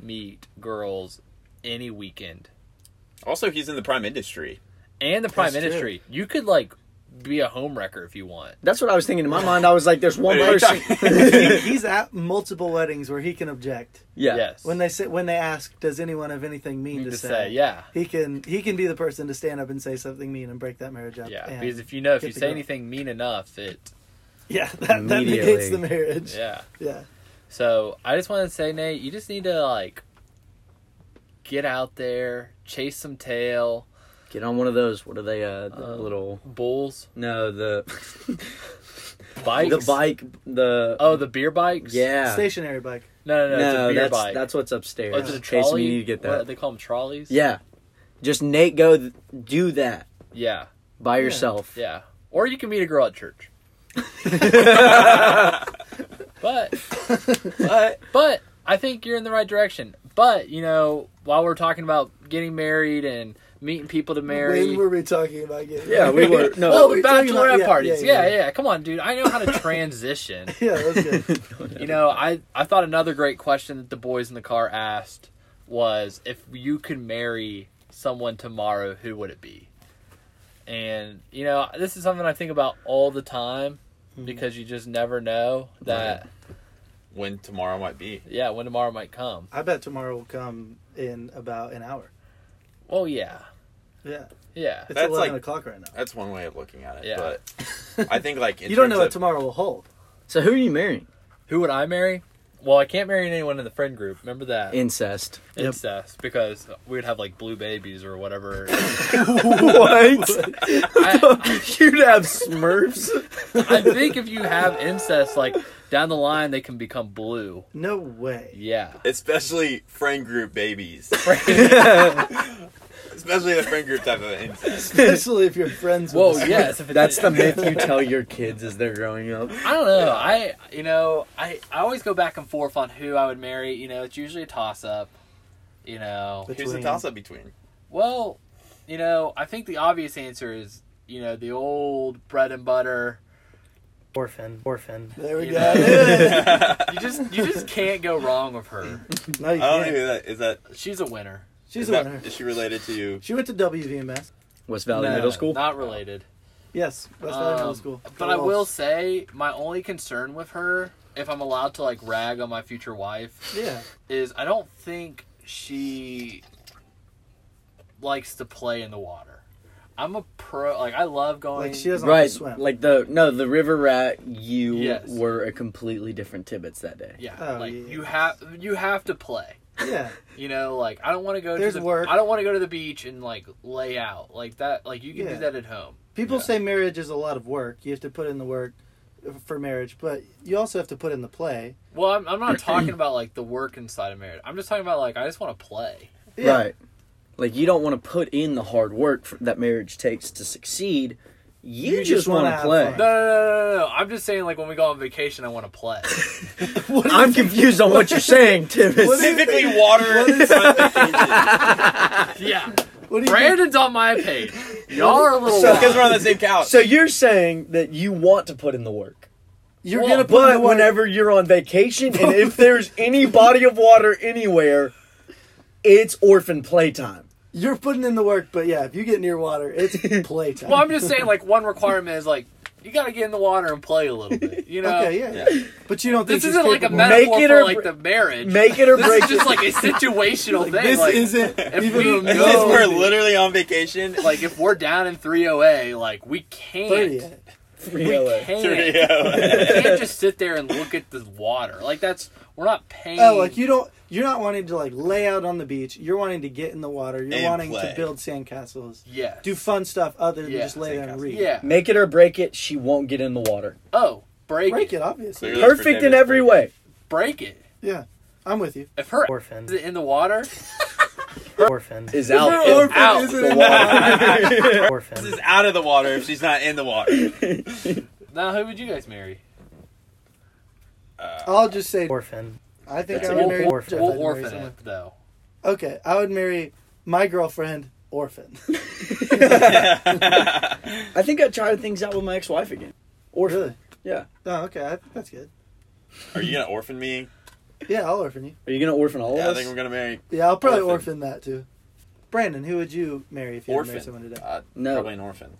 S2: meet girls any weekend
S6: also, he's in the prime industry.
S2: and the prime
S1: That's true.
S2: industry you could like be a home wrecker if you want
S3: That's what I was thinking in my mind. I was like, there's one
S6: Wait, are you
S3: person.
S1: He- he's at multiple weddings where he can object
S3: Yeah.
S2: yes
S1: when they say, when they ask, "Does anyone have anything mean
S2: You
S1: to
S2: just
S1: say?"
S2: say yeah
S1: He can he can be the person to stand up and say something mean and break that marriage up.
S2: yeah
S1: and-
S2: because if you know if
S1: get
S2: you
S1: the
S2: say
S1: girl.
S2: anything mean enough it
S1: yeah, that, that
S3: Immediately.
S1: negates the marriage.
S2: yeah
S1: yeah.
S2: So I just want to say, Nate, you just need to like get out there, chase some tail,
S3: Get on one of those. What are they? Uh, the
S2: Uh,
S3: little.
S2: bulls,
S3: No, the
S2: bikes.
S3: the bike. The
S2: Oh, the beer bikes.
S3: yeah.
S1: Stationary bike.
S2: No, no,
S3: No,
S2: no. it's a beer
S3: that's
S2: bike.
S3: that's what's upstairs.
S2: Oh, is it a
S3: In case
S2: trolley?
S3: we need to get
S2: What,
S3: that.
S2: they call them trolleys.
S3: Yeah. Just Nate, go th- do that
S2: Yeah.
S3: by yourself.
S2: Yeah. Or you can meet a girl at church. but but but I think you're in the right direction. But, you know, while we're talking about getting married and meeting people to marry.
S7: When were we talking about getting?
S3: Yeah, we were. No,
S2: oh,
S7: we were talking about-
S2: bachelorette
S7: yeah,
S2: parties.
S7: yeah,
S2: Yeah
S7: yeah,
S2: yeah, Come on, dude. I know how to transition.
S7: yeah, that's good.
S2: you know, I I thought another great question that the boys in the car asked was if you could marry someone tomorrow, who would it be? And you know, this is something I think about all the time because you just never know that
S6: When tomorrow might be.
S2: yeah, when tomorrow might come.
S1: I bet tomorrow will come in about an hour.
S2: Well, yeah.
S1: Yeah,
S2: Yeah.
S1: it's
S6: That's
S1: eleven
S6: like-
S1: o'clock right now.
S6: That's one way of looking at it.
S2: Yeah.
S6: But I think like in
S1: You don't
S6: terms
S1: know what
S6: of-
S1: tomorrow will hold.
S3: So who are you marrying?
S2: Who would I marry? Well, I can't marry anyone in the friend group. Remember that
S3: Incest.
S2: incest because we'd have like blue babies or whatever.
S3: What?
S2: I,
S3: You'd have Smurfs.
S2: I think if you have incest, like down the line, they can become blue.
S1: No way.
S2: Yeah.
S6: especially friend group babies, especially the friend group type of incest.
S7: Especially if you're friends. with
S2: Well,
S7: this-
S2: yes. If it's
S3: That's the myth you tell your kids as they're growing up.
S2: I don't know. I you know I I always go back and forth on who I would marry. You know, it's usually a toss up. You know,
S6: Who's the
S1: Between-
S6: toss up between?
S2: well, you know, I think the obvious answer is you know the old bread and butter.
S1: Orphan, orphan.
S7: There we
S2: You
S7: go.
S2: know.
S6: I
S2: You just you just can't go wrong with her.
S1: No, you
S6: don't know
S1: can't.
S6: who that is. That
S2: She's a winner.
S1: She's
S6: is
S1: a
S6: that-
S1: winner.
S6: is she related to you?
S1: She went to WVMS.
S3: West Valley
S2: No,
S3: Middle School.
S2: Not related.
S1: Yes, West Valley Middle
S2: Um,
S1: School.
S2: But I will say my only concern with her, if I'm allowed to like rag on my future wife,
S1: Yeah.
S2: is I don't think she likes to play in the water. I'm a pro. Like I love going.
S1: Like she doesn't like
S3: Right,
S1: to swim.
S3: like the no, the river rat. You
S2: Yes.
S3: were a completely different Tibbets that day.
S2: yeah.
S1: Oh,
S2: like
S1: yeah.
S2: you have you have to play.
S1: yeah.
S2: You know, like I don't want to go
S1: There's
S2: to the,
S1: work.
S2: I don't want to go to the beach and like lay out like that. Like you can
S1: Yeah.
S2: do that at home.
S1: People say marriage is a lot of work. You have to put in the work for marriage, but you also have to put in the play.
S2: Well, I'm, I'm not talking about like the work inside of marriage. I'm just talking about like I just want to play.
S1: Yeah.
S3: Right. Like you don't want to put in the hard work for, that marriage takes to succeed. You,
S1: You
S3: just,
S1: just wanna
S3: want to
S1: have
S3: play.
S1: fun.
S2: No, no, no, no, no, no. I'm just saying, like, when we go on vacation, I want to play.
S3: I'm confused on what you're saying, Tibbets.
S6: Specifically, water. in front of the
S2: yeah.
S1: What do you
S2: Brandon's on my page. Y'all are a little.
S6: kitchen. Because
S2: wild.
S6: we're on the same couch.
S3: So you're saying that you want to put in the work.
S1: You're
S2: Well,
S1: gonna put in
S3: But
S1: the work.
S3: whenever you're on vacation and if there's any body of water anywhere, it's orphan playtime.
S1: You're putting in the work, but yeah, if you get near water, it's playtime.
S2: Well, I'm just saying, like, one requirement is like you got to get in the water and play a little bit. You know.
S1: okay, yeah, But you don't think
S2: This
S1: she's
S2: isn't like a
S1: capable.
S2: metaphor
S3: Make it
S2: for
S3: or
S2: like
S3: br-
S2: the marriage.
S3: Make it or
S2: this
S3: break
S2: is
S3: it.
S2: just like a situational thing.
S1: This
S2: like,
S1: isn't
S2: if
S1: even
S2: we
S1: a
S2: know-
S6: Since we're
S1: no.
S6: literally on vacation,
S2: like if we're down in 3OA, like we can't.
S1: 30
S2: We
S1: yet. oh
S3: Really?
S2: can't.
S6: Trio.
S2: we can't just sit there and look at the water. Like that's we're not paying.
S1: Oh, like you don't. You're not wanting to like lay out on the beach. You're wanting to get in the water. You're
S6: And
S1: wanting
S6: play.
S1: to build sandcastles,
S2: Yes.
S1: do fun stuff other than
S2: Yeah,
S1: just lay there and
S6: sandcastles.
S1: read.
S2: Yeah.
S3: Make it or break it, she won't get in the water.
S2: Oh, break,
S1: break
S2: it.
S1: it, obviously.
S6: Clearly.
S3: Perfect in every way.
S2: Break it.
S1: I'm with you.
S2: If her
S1: Orphan.
S2: is in the water,
S1: Orphan.
S3: Is out.
S2: Orphan out.
S1: is
S3: the
S1: it-
S3: water.
S1: Orphan.
S6: This is out of the water if she's not in the water.
S2: now who would you guys marry?
S6: Uh,
S1: I'll just say.
S5: Orphan.
S1: I think
S6: That's
S1: I
S6: a
S1: would
S2: We'll,
S1: marry.
S2: we'll
S1: Jeff. I'd marry
S2: orphan
S1: someone.
S2: it though.
S1: Okay, I would marry my girlfriend, orphan.
S3: I think I tried things out with my ex-wife again. Orphan.
S1: Really?
S3: Yeah.
S1: Oh, okay, I think that's good.
S6: Are you gonna orphan me?
S1: Yeah, I'll orphan you.
S3: Are you gonna orphan all
S6: Yeah, I
S3: of us?
S6: think we're gonna marry
S1: Yeah, I'll probably
S6: Orphan.
S1: orphan, that too. Brandon, who would you marry if you had to marry someone
S6: orphan.
S1: today?
S6: Uh,
S3: No.
S6: probably an orphan.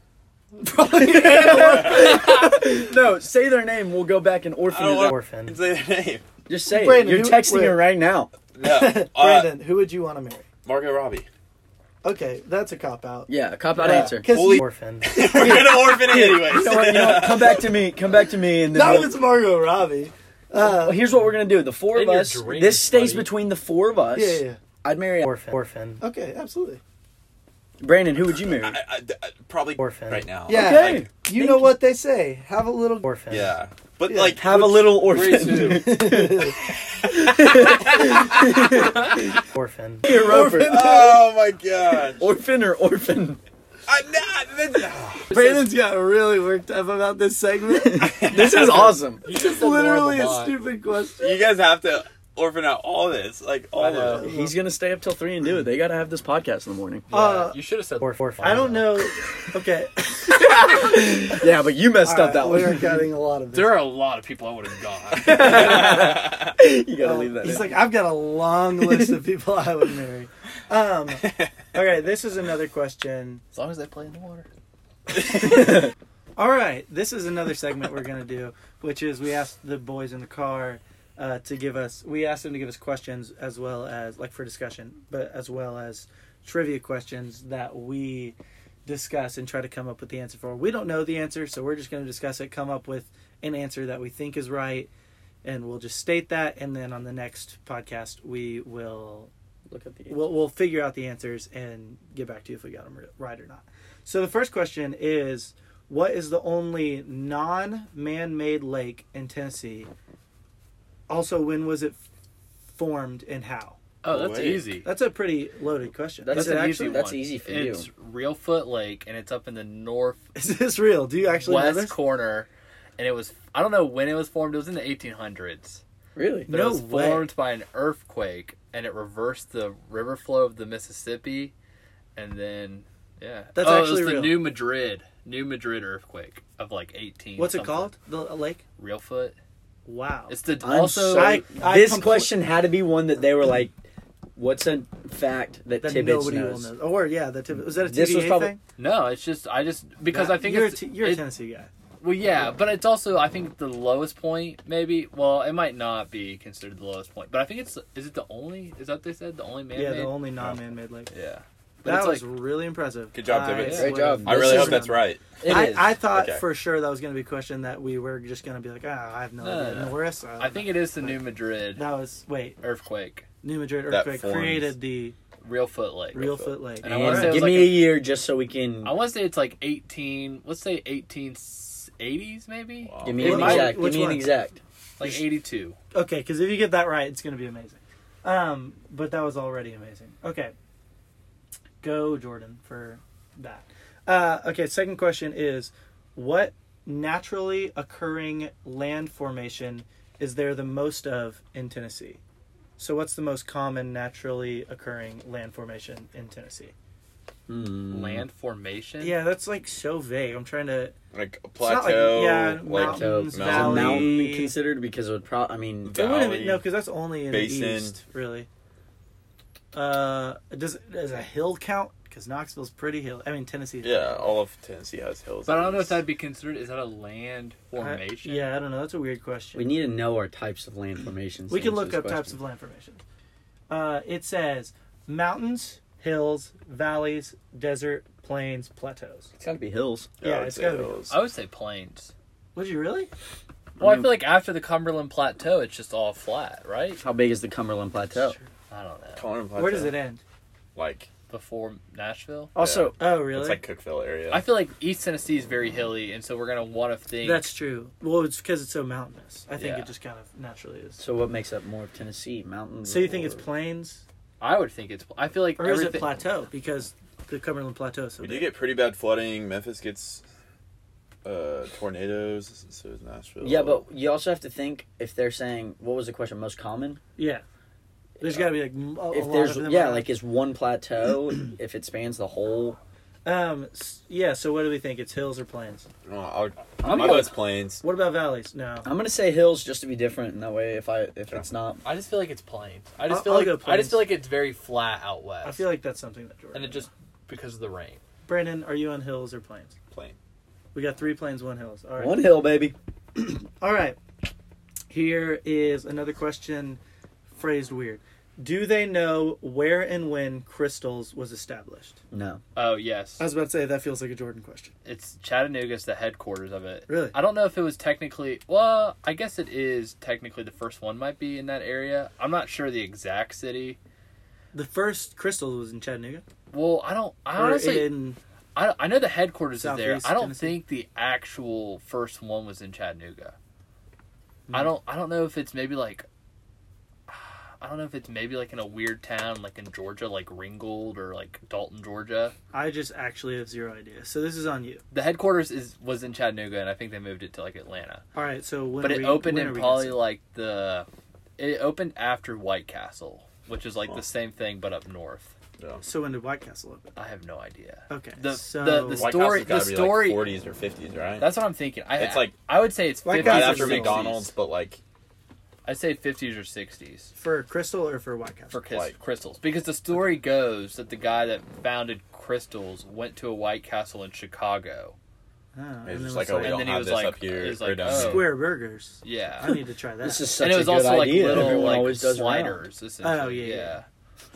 S3: no, say their name. Well go back and orphan
S6: I don't
S3: it.
S6: want-
S5: Orphan.
S6: Say their name.
S3: Just say
S1: Brandon,
S3: it. You're
S1: who-
S3: texting her
S1: wait.
S3: right now.
S6: No. Uh,
S1: Brandon, who would you want to marry?
S6: Margot Robbie.
S1: Okay, that's a cop out.
S3: Yeah, cop out
S1: Yeah,
S3: answer.
S1: 'cause
S6: Holy-
S1: you-
S5: Orphan.
S6: We're gonna orphan it anyways.
S3: You know what, you know what? Come back to me. Come back to me. And then
S1: not if
S3: we'll-
S1: it's Margot Robbie.
S3: Well,
S1: Uh,
S3: here's what we're gonna do. The four
S2: In
S3: of
S2: your
S3: us.
S2: dreams,
S3: this stays
S2: buddy.
S3: between the four of us.
S1: yeah, yeah, yeah.
S3: I'd marry
S5: Orphan. Orphan.
S1: Okay, absolutely.
S3: Brandon. Who would you marry?
S6: I, I, I- Uh, probably
S5: Orphan.
S6: right now.
S1: Yeah.
S3: Okay.
S6: Like,
S1: You know what they say. Have a little.
S5: Orphan.
S6: yeah. But
S1: Yeah.
S6: like,
S3: Have a little orphan.
S6: Grace, who?
S5: Orphan.
S3: Here, Roper.
S6: oh my god.
S3: Orphan or orphan?
S6: I'm not. that's-
S1: Brandon's got really worked up about this segment.
S3: This is awesome.
S2: You just said Laura
S1: Literally a
S2: Lamont.
S1: stupid question.
S6: You guys have to orphan out all this, like all
S2: know.
S6: of it.
S3: Uh, He's gonna stay up till three and do it. They gotta have this podcast in the morning.
S2: Yeah,
S1: Uh,
S2: you should have said
S1: Or, I don't know. Okay.
S3: Yeah, but you messed
S7: All
S3: up that
S7: right, we are
S3: one.
S7: cutting a lot of this.
S2: There are a lot of people I would have gone.
S3: you gotta leave
S1: Uh,
S3: that.
S1: Um, He's
S3: in.
S1: like, I've got a long list of people I would marry. Um, okay, this is another question.
S2: as long as they play in the water.
S1: All right, this is another segment we're gonna do, which is we asked the boys in the car uh, to give us. We asked them to give us questions as well as like for discussion, but as well as trivia questions that we discuss and try to come up with the answer for. We don't know the answer, so we're just gonna discuss it, come up with an answer that we think is right, and we'll just state that. And then on the next podcast, we will
S3: Look at the.
S1: we'll, we'll figure out the answers and get back to you if we got them right or not. So the first question is, what is the only non-man-made lake in Tennessee? Also, when was it f- formed and how?
S2: Oh, that's
S6: Wait.
S2: easy.
S1: That's a pretty loaded question.
S3: That's
S1: is it
S3: an
S1: actually?
S3: easy that's easy for you.
S2: It's Real Foot Lake, and it's up in the north
S1: Is this real? Do you actually know
S2: west
S1: this?
S2: corner. And it was I don't know when it was formed. It was in the 1800s.
S3: Really?
S2: But
S1: No
S2: it was
S1: way.
S2: formed by an earthquake, and it reversed the river flow of the Mississippi, and then yeah,
S1: That's
S2: oh,
S1: actually
S2: it was
S1: real.
S2: the New Madrid, New Madrid earthquake of like 18.
S1: What's it
S2: something.
S1: called? The a lake?
S2: Real Foot.
S1: Wow.
S2: It's the
S3: I'm
S2: also
S3: sorry.
S1: I
S3: this
S1: compl-
S3: question had to be one that they were like, "What's a fact that,
S1: that
S3: Tibbetts
S1: nobody
S3: knows?"
S1: will know. Or yeah, the Tibbetts. Was that a TVA
S3: This was probably-
S1: thing?
S2: no. It's just I just because
S1: Nah,
S2: I think
S1: you're
S2: it's
S1: a, T- you're a
S2: it-
S1: Tennessee guy.
S2: Well, yeah, but it's also I think the lowest point maybe. Well, it might not be considered the lowest point, but I think it's is it the only is that they said the only man
S1: Yeah,
S2: made
S1: the only non-man-made lake.
S2: yeah. But
S1: That was
S2: it's like
S1: really impressive.
S6: Good job, Tibbetts.
S1: I
S6: Great
S1: would-
S3: job.
S6: I really
S3: This
S6: hope
S3: is-
S6: that's right.
S3: It is.
S1: I, I thought
S6: Okay.
S1: for sure that was going to be a question that we were just going to be like, ah, I have no
S2: No,
S1: idea.
S2: no.
S1: Norris? don't
S2: I think
S1: know.
S2: it is the New Madrid
S1: uh, that was wait.
S2: earthquake,
S1: New Madrid
S6: That
S1: earthquake
S6: forms-
S1: created the
S2: Real Foot Lake.
S1: real foot lake.
S2: And I
S3: And
S2: wanna say it was
S3: give
S2: like
S3: me
S2: a-
S3: a year just so we can.
S2: I want to say it's like 18. Let's say 1880s maybe,
S6: Wow.
S3: give me
S1: It
S3: an
S1: might-
S3: exact.
S1: which
S3: Give me an
S1: one?
S3: exact.
S2: like 82.
S1: Okay, because if you get that right, it's going to be amazing. Um, but that was already amazing. Okay, go Jordan for that. Uh, okay, second question is, what naturally occurring land formation is there the most of in Tennessee? So, what's the most common naturally occurring land formation in Tennessee?
S3: Hmm.
S2: Land formation.
S1: Yeah, that's like so vague. I'm trying to.
S6: Like a
S1: It's not like-
S6: plateau.
S1: yeah,
S6: like,
S1: mountain.
S3: So
S1: Mountains,
S3: is
S6: valley.
S3: a mountain considered because it would probably. I mean,
S1: It wouldn't be,
S6: Valley.
S1: no, because that's only in the
S6: Basin.
S1: east, really. Uh, does does a hill count? Because Knoxville's pretty hill. I mean, Tennessee.
S6: yeah, all of Tennessee has hills.
S2: But I don't know if that'd be considered. Is that a land formation?
S1: I, yeah, I don't know. That's a weird question.
S3: we need to know our types of land formations.
S1: We
S3: to
S1: can
S3: answer
S1: look
S3: this
S1: up types
S3: question.
S1: of land formations. Uh, it says mountains, hills, valleys, desert, plains, plateaux.
S3: It's gotta be hills.
S1: yeah,
S6: I would
S1: it's
S6: say
S1: gotta be
S2: I would say plains.
S1: Would you really?
S2: Well, I feel like after the Cumberland Plateau, it's just all flat, right?
S3: How big is the Cumberland Plateau?
S2: I don't know.
S6: Colin Plateau.
S1: Where does it end?
S6: Like
S2: Before Nashville,
S3: Also,
S1: Oh, really?
S6: it's like Cookville area.
S2: I feel like East Tennessee is very hilly, and so we're gonna want to think.
S1: That's true. Well, it's because it's so mountainous. I think
S2: Yeah.
S1: it just kind of naturally is.
S3: so what makes up more of Tennessee? Mountains.
S1: So you think it's
S3: or-
S1: plains,
S2: I would think it's. I feel like
S1: or is
S2: everything.
S1: it plateau? Because the Cumberland Plateau is so
S6: we
S1: big.
S6: do get pretty bad flooding. Memphis gets uh, tornadoes. So does Nashville.
S3: Yeah, but you also have to think if they're saying what was the question most common.
S1: Yeah. There's got to be like m- a, a
S3: If
S1: lot
S3: there's
S1: of them
S3: yeah,
S1: around.
S3: like is one plateau if it spans the whole.
S1: um s- yeah. So what do we think? It's hills or plains?
S6: Well, I'll,
S3: I'm
S6: Oh, my
S3: gonna-
S6: vote's plains.
S1: What about valleys? No.
S3: I'm gonna say hills just to be different, and that way if I if it's not
S2: I just feel like it's plains. I
S1: I'll-
S2: just feel
S1: I'll
S2: like
S1: go
S2: I just feel
S1: plains.
S2: like it's very flat out west.
S1: I feel like that's something that Jordan.
S2: and it just because of the rain.
S1: Brandon, are you on hills or plains?
S6: Plain.
S1: We got three plains, one hills. All right.
S3: one hill, baby.
S1: All right. Here is another question, phrased weird. Do they know where and when crystals was established?
S3: No,
S1: Ah.
S2: Oh yes,
S1: I was about to say that feels like a Jordan question.
S2: it's Chattanooga's the headquarters of it.
S1: Really?
S2: I don't know if it was technically. Well, I guess it is technically the first one might be in that area. I'm not sure the exact city.
S1: The first crystal was in Chattanooga.
S2: Well, I don't. I
S1: Or
S2: honestly,
S1: in
S2: I, I know the headquarters is there.
S1: Southeast
S2: I don't
S1: Tennessee?
S2: think the actual first one was in Chattanooga.
S1: Hmm.
S2: I don't I don't know if it's maybe like I don't know if it's maybe like in a weird town like in Georgia like Ringgold or like Dalton, Georgia.
S1: I just actually have zero idea. So this is on you.
S2: The headquarters is was in Chattanooga and I think they moved it to like Atlanta.
S1: All right. So when
S2: but
S1: are
S2: it
S1: we-
S2: opened
S1: when are
S2: in
S1: we
S2: probably
S1: guessing?
S2: like the it opened after White Castle, which is like the same thing but up north.
S1: So when did White Castle open?
S2: I have no idea.
S1: Okay.
S2: The-
S1: so
S2: the- the
S6: White
S2: story-
S6: Castle's gotta
S2: the
S6: be
S2: story-
S6: like 40s or 50s, right?
S2: That's what I'm thinking. I,
S6: It's like-
S2: I would say it's
S1: White
S2: 50s
S6: right
S1: Castle's
S6: after
S2: or 60s.
S6: McDonald's, but like
S2: I'd say 50s or 60s.
S1: for Crystal or for White Castle?
S2: for Crys-
S6: Like-
S2: crystals because the story goes that the guy that founded crystals went to a white castle in chicago
S1: Oh, and
S6: it's
S1: then
S6: just
S1: it's
S6: like, oh,
S1: like,
S6: we
S2: and
S6: don't
S2: then he
S6: have
S2: was
S6: this
S2: like-
S6: up here.
S2: he was
S6: or
S2: like,
S6: down
S2: oh.
S6: here.
S1: Square Burgers. I
S2: yeah
S1: need to try that.
S5: This is such
S2: and it was
S5: a good
S2: also like
S5: idea.
S2: little
S5: Everyone
S2: like
S5: always does well.
S2: sliders essentially.
S1: Oh, yeah, yeah.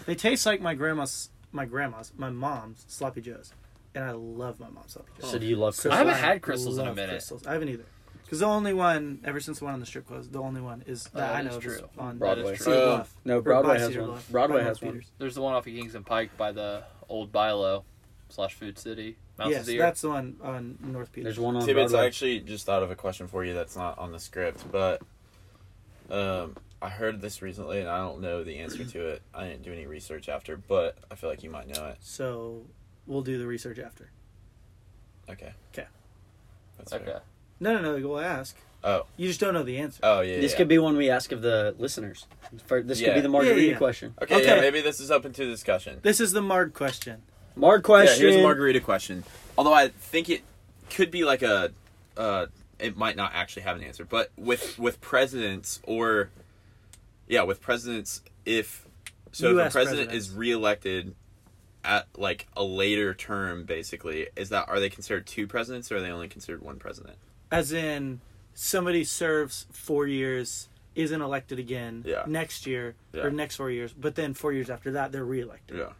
S1: They taste like my grandma's, my grandma's, my mom's sloppy joes, and I love my mom's sloppy joes.
S5: So do you love
S1: So
S5: Chris?
S2: I haven't
S1: I
S2: had crystals in a
S1: love
S2: minute.
S1: Crystals. I haven't either. Because the only one, ever since the one on the strip closed, the only one is
S5: Oh,
S1: that
S2: that
S1: I
S2: is
S1: know of is
S2: true.
S1: on
S5: Broadway.
S1: Broadway. Cedar
S6: Uh,
S1: Bluff.
S5: no,
S1: Or
S5: Broadway
S1: by
S5: has
S1: Cedar
S5: one.
S1: Bluff,
S5: Broadway
S1: by
S5: has
S1: North
S5: one.
S1: Peters.
S2: there's the one off of kings and pike by the old bilo slash food city Mountains
S1: Yes,
S2: of the Ear.
S1: that's the one on North Peters.
S5: There's one on
S6: Tibbetts, I
S5: Broadway.
S6: actually just thought of a question for you that's not on the script, but um, I heard this recently and I don't know the answer to it. I didn't do any research after, but I feel like you might know it.
S1: So we'll do the research after.
S6: Okay.
S1: 'Kay.
S6: That's fair.
S2: okay
S1: No, no, no. We'll ask.
S6: Oh,
S1: You just don't know the answer.
S6: oh yeah.
S5: This
S6: yeah.
S5: could be one we ask of the listeners. For, this
S6: Yeah.
S5: could be the margarita
S1: Yeah, yeah.
S5: question.
S6: Okay,
S1: Okay.
S6: yeah, maybe this is open to discussion.
S1: This is the Marg question.
S5: Marg
S6: Yeah,
S5: question.
S6: here's a margarita question. Although I think it could be like a, uh, it might not actually have an answer, but with with presidents or, yeah, with presidents, if so, if
S1: US
S6: a president
S1: presidents.
S6: is reelected at like a later term, basically, is that are they considered two presidents or are they only considered one president?
S1: As in, somebody serves four years, isn't elected again
S6: Yeah.
S1: next year
S6: Yeah.
S1: or next four years, but then four years after that they're reelected,
S6: Yeah,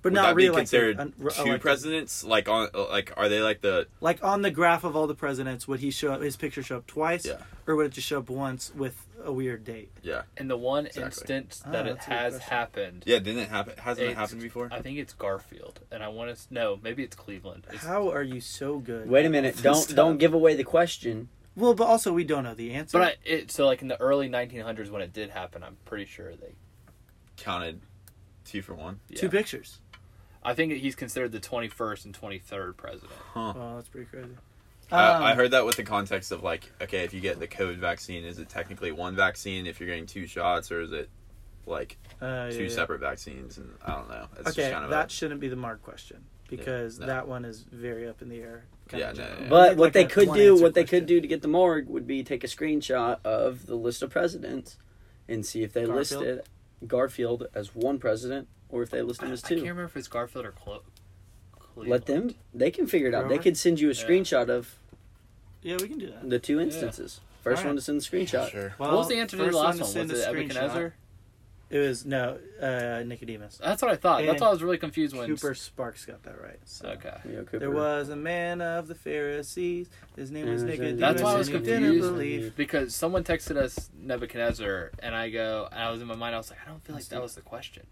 S1: but
S6: would
S1: not
S6: that be
S1: reelected.
S6: considered
S1: un- re-
S6: two
S1: elected.
S6: presidents? Like on like are they like the
S1: Like on the graph of all the presidents, would he show up? His picture show up twice,
S6: Yeah.
S1: or would it just show up once with a weird date?
S6: yeah
S2: in the one
S6: Exactly.
S2: instance
S1: Ah,
S2: that it
S1: that's a good
S2: has
S1: question.
S2: happened
S6: yeah didn't it happen? Hasn't it
S2: it's-
S6: happened before?
S2: i think it's garfield and i want to know maybe it's cleveland It's-
S1: How are you so good?
S5: Wait a minute. Don't
S1: Stop.
S5: don't give away the question.
S1: Well, but also we don't know the answer.
S2: but I, it so like in the early 1900s when it did happen i'm pretty sure they
S6: Counted two for one.
S2: yeah.
S1: two pictures.
S2: I think he's considered the 21st and 23rd president.
S1: Well, Oh, that's pretty crazy. Um,
S6: Uh, I, I heard that with the context of like, okay, if you get the COVID vaccine, is it technically one vaccine if you're getting two shots, or is it like
S1: uh,
S6: two
S1: yeah, yeah.
S6: separate vaccines? And I don't know. It's
S1: Okay,
S6: just kind of
S1: that
S6: a,
S1: shouldn't be the mark question because
S6: no.
S1: that one is very up in the air.
S6: Yeah,
S1: of
S6: no,
S1: general.
S6: yeah.
S5: But
S1: Like
S5: what
S1: a
S5: they could
S1: one
S5: do,
S1: answer
S5: what they
S1: question.
S5: could do to get the morgue would be take a screenshot of the list of presidents and see if they
S1: Garfield?
S5: listed Garfield as one president or if they list him as
S2: I can't
S5: two.
S2: remember if it's Garfield or Clo- Cleveland.
S5: Let them. They can figure it out. They
S1: Robert?
S5: could send you a
S2: Yeah.
S5: screenshot of
S1: Yeah, we can do that.
S5: the two instances. First
S1: Alright.
S5: one to send the screenshot.
S6: sure.
S1: Well,
S2: What was the answer to the
S1: first
S2: last
S1: to
S2: one?
S1: send
S2: Was it
S1: a
S2: Ebuchadnezzar?
S1: screenshot- It was no uh, Nicodemus.
S2: That's what I thought.
S1: And
S2: That's why I was really confused when.
S1: Cooper Sparks got that right. So.
S2: Okay.
S5: Leo Cooper.
S1: There was a man of the Pharisees. His name was
S5: Yeah,
S1: Nicodemus.
S2: That's why I was
S1: and he
S2: confused.
S1: Didn't believe.
S2: Because someone texted us Nebuchadnezzar, and I go, and I was in my mind, I was like, I don't feel like that was the question.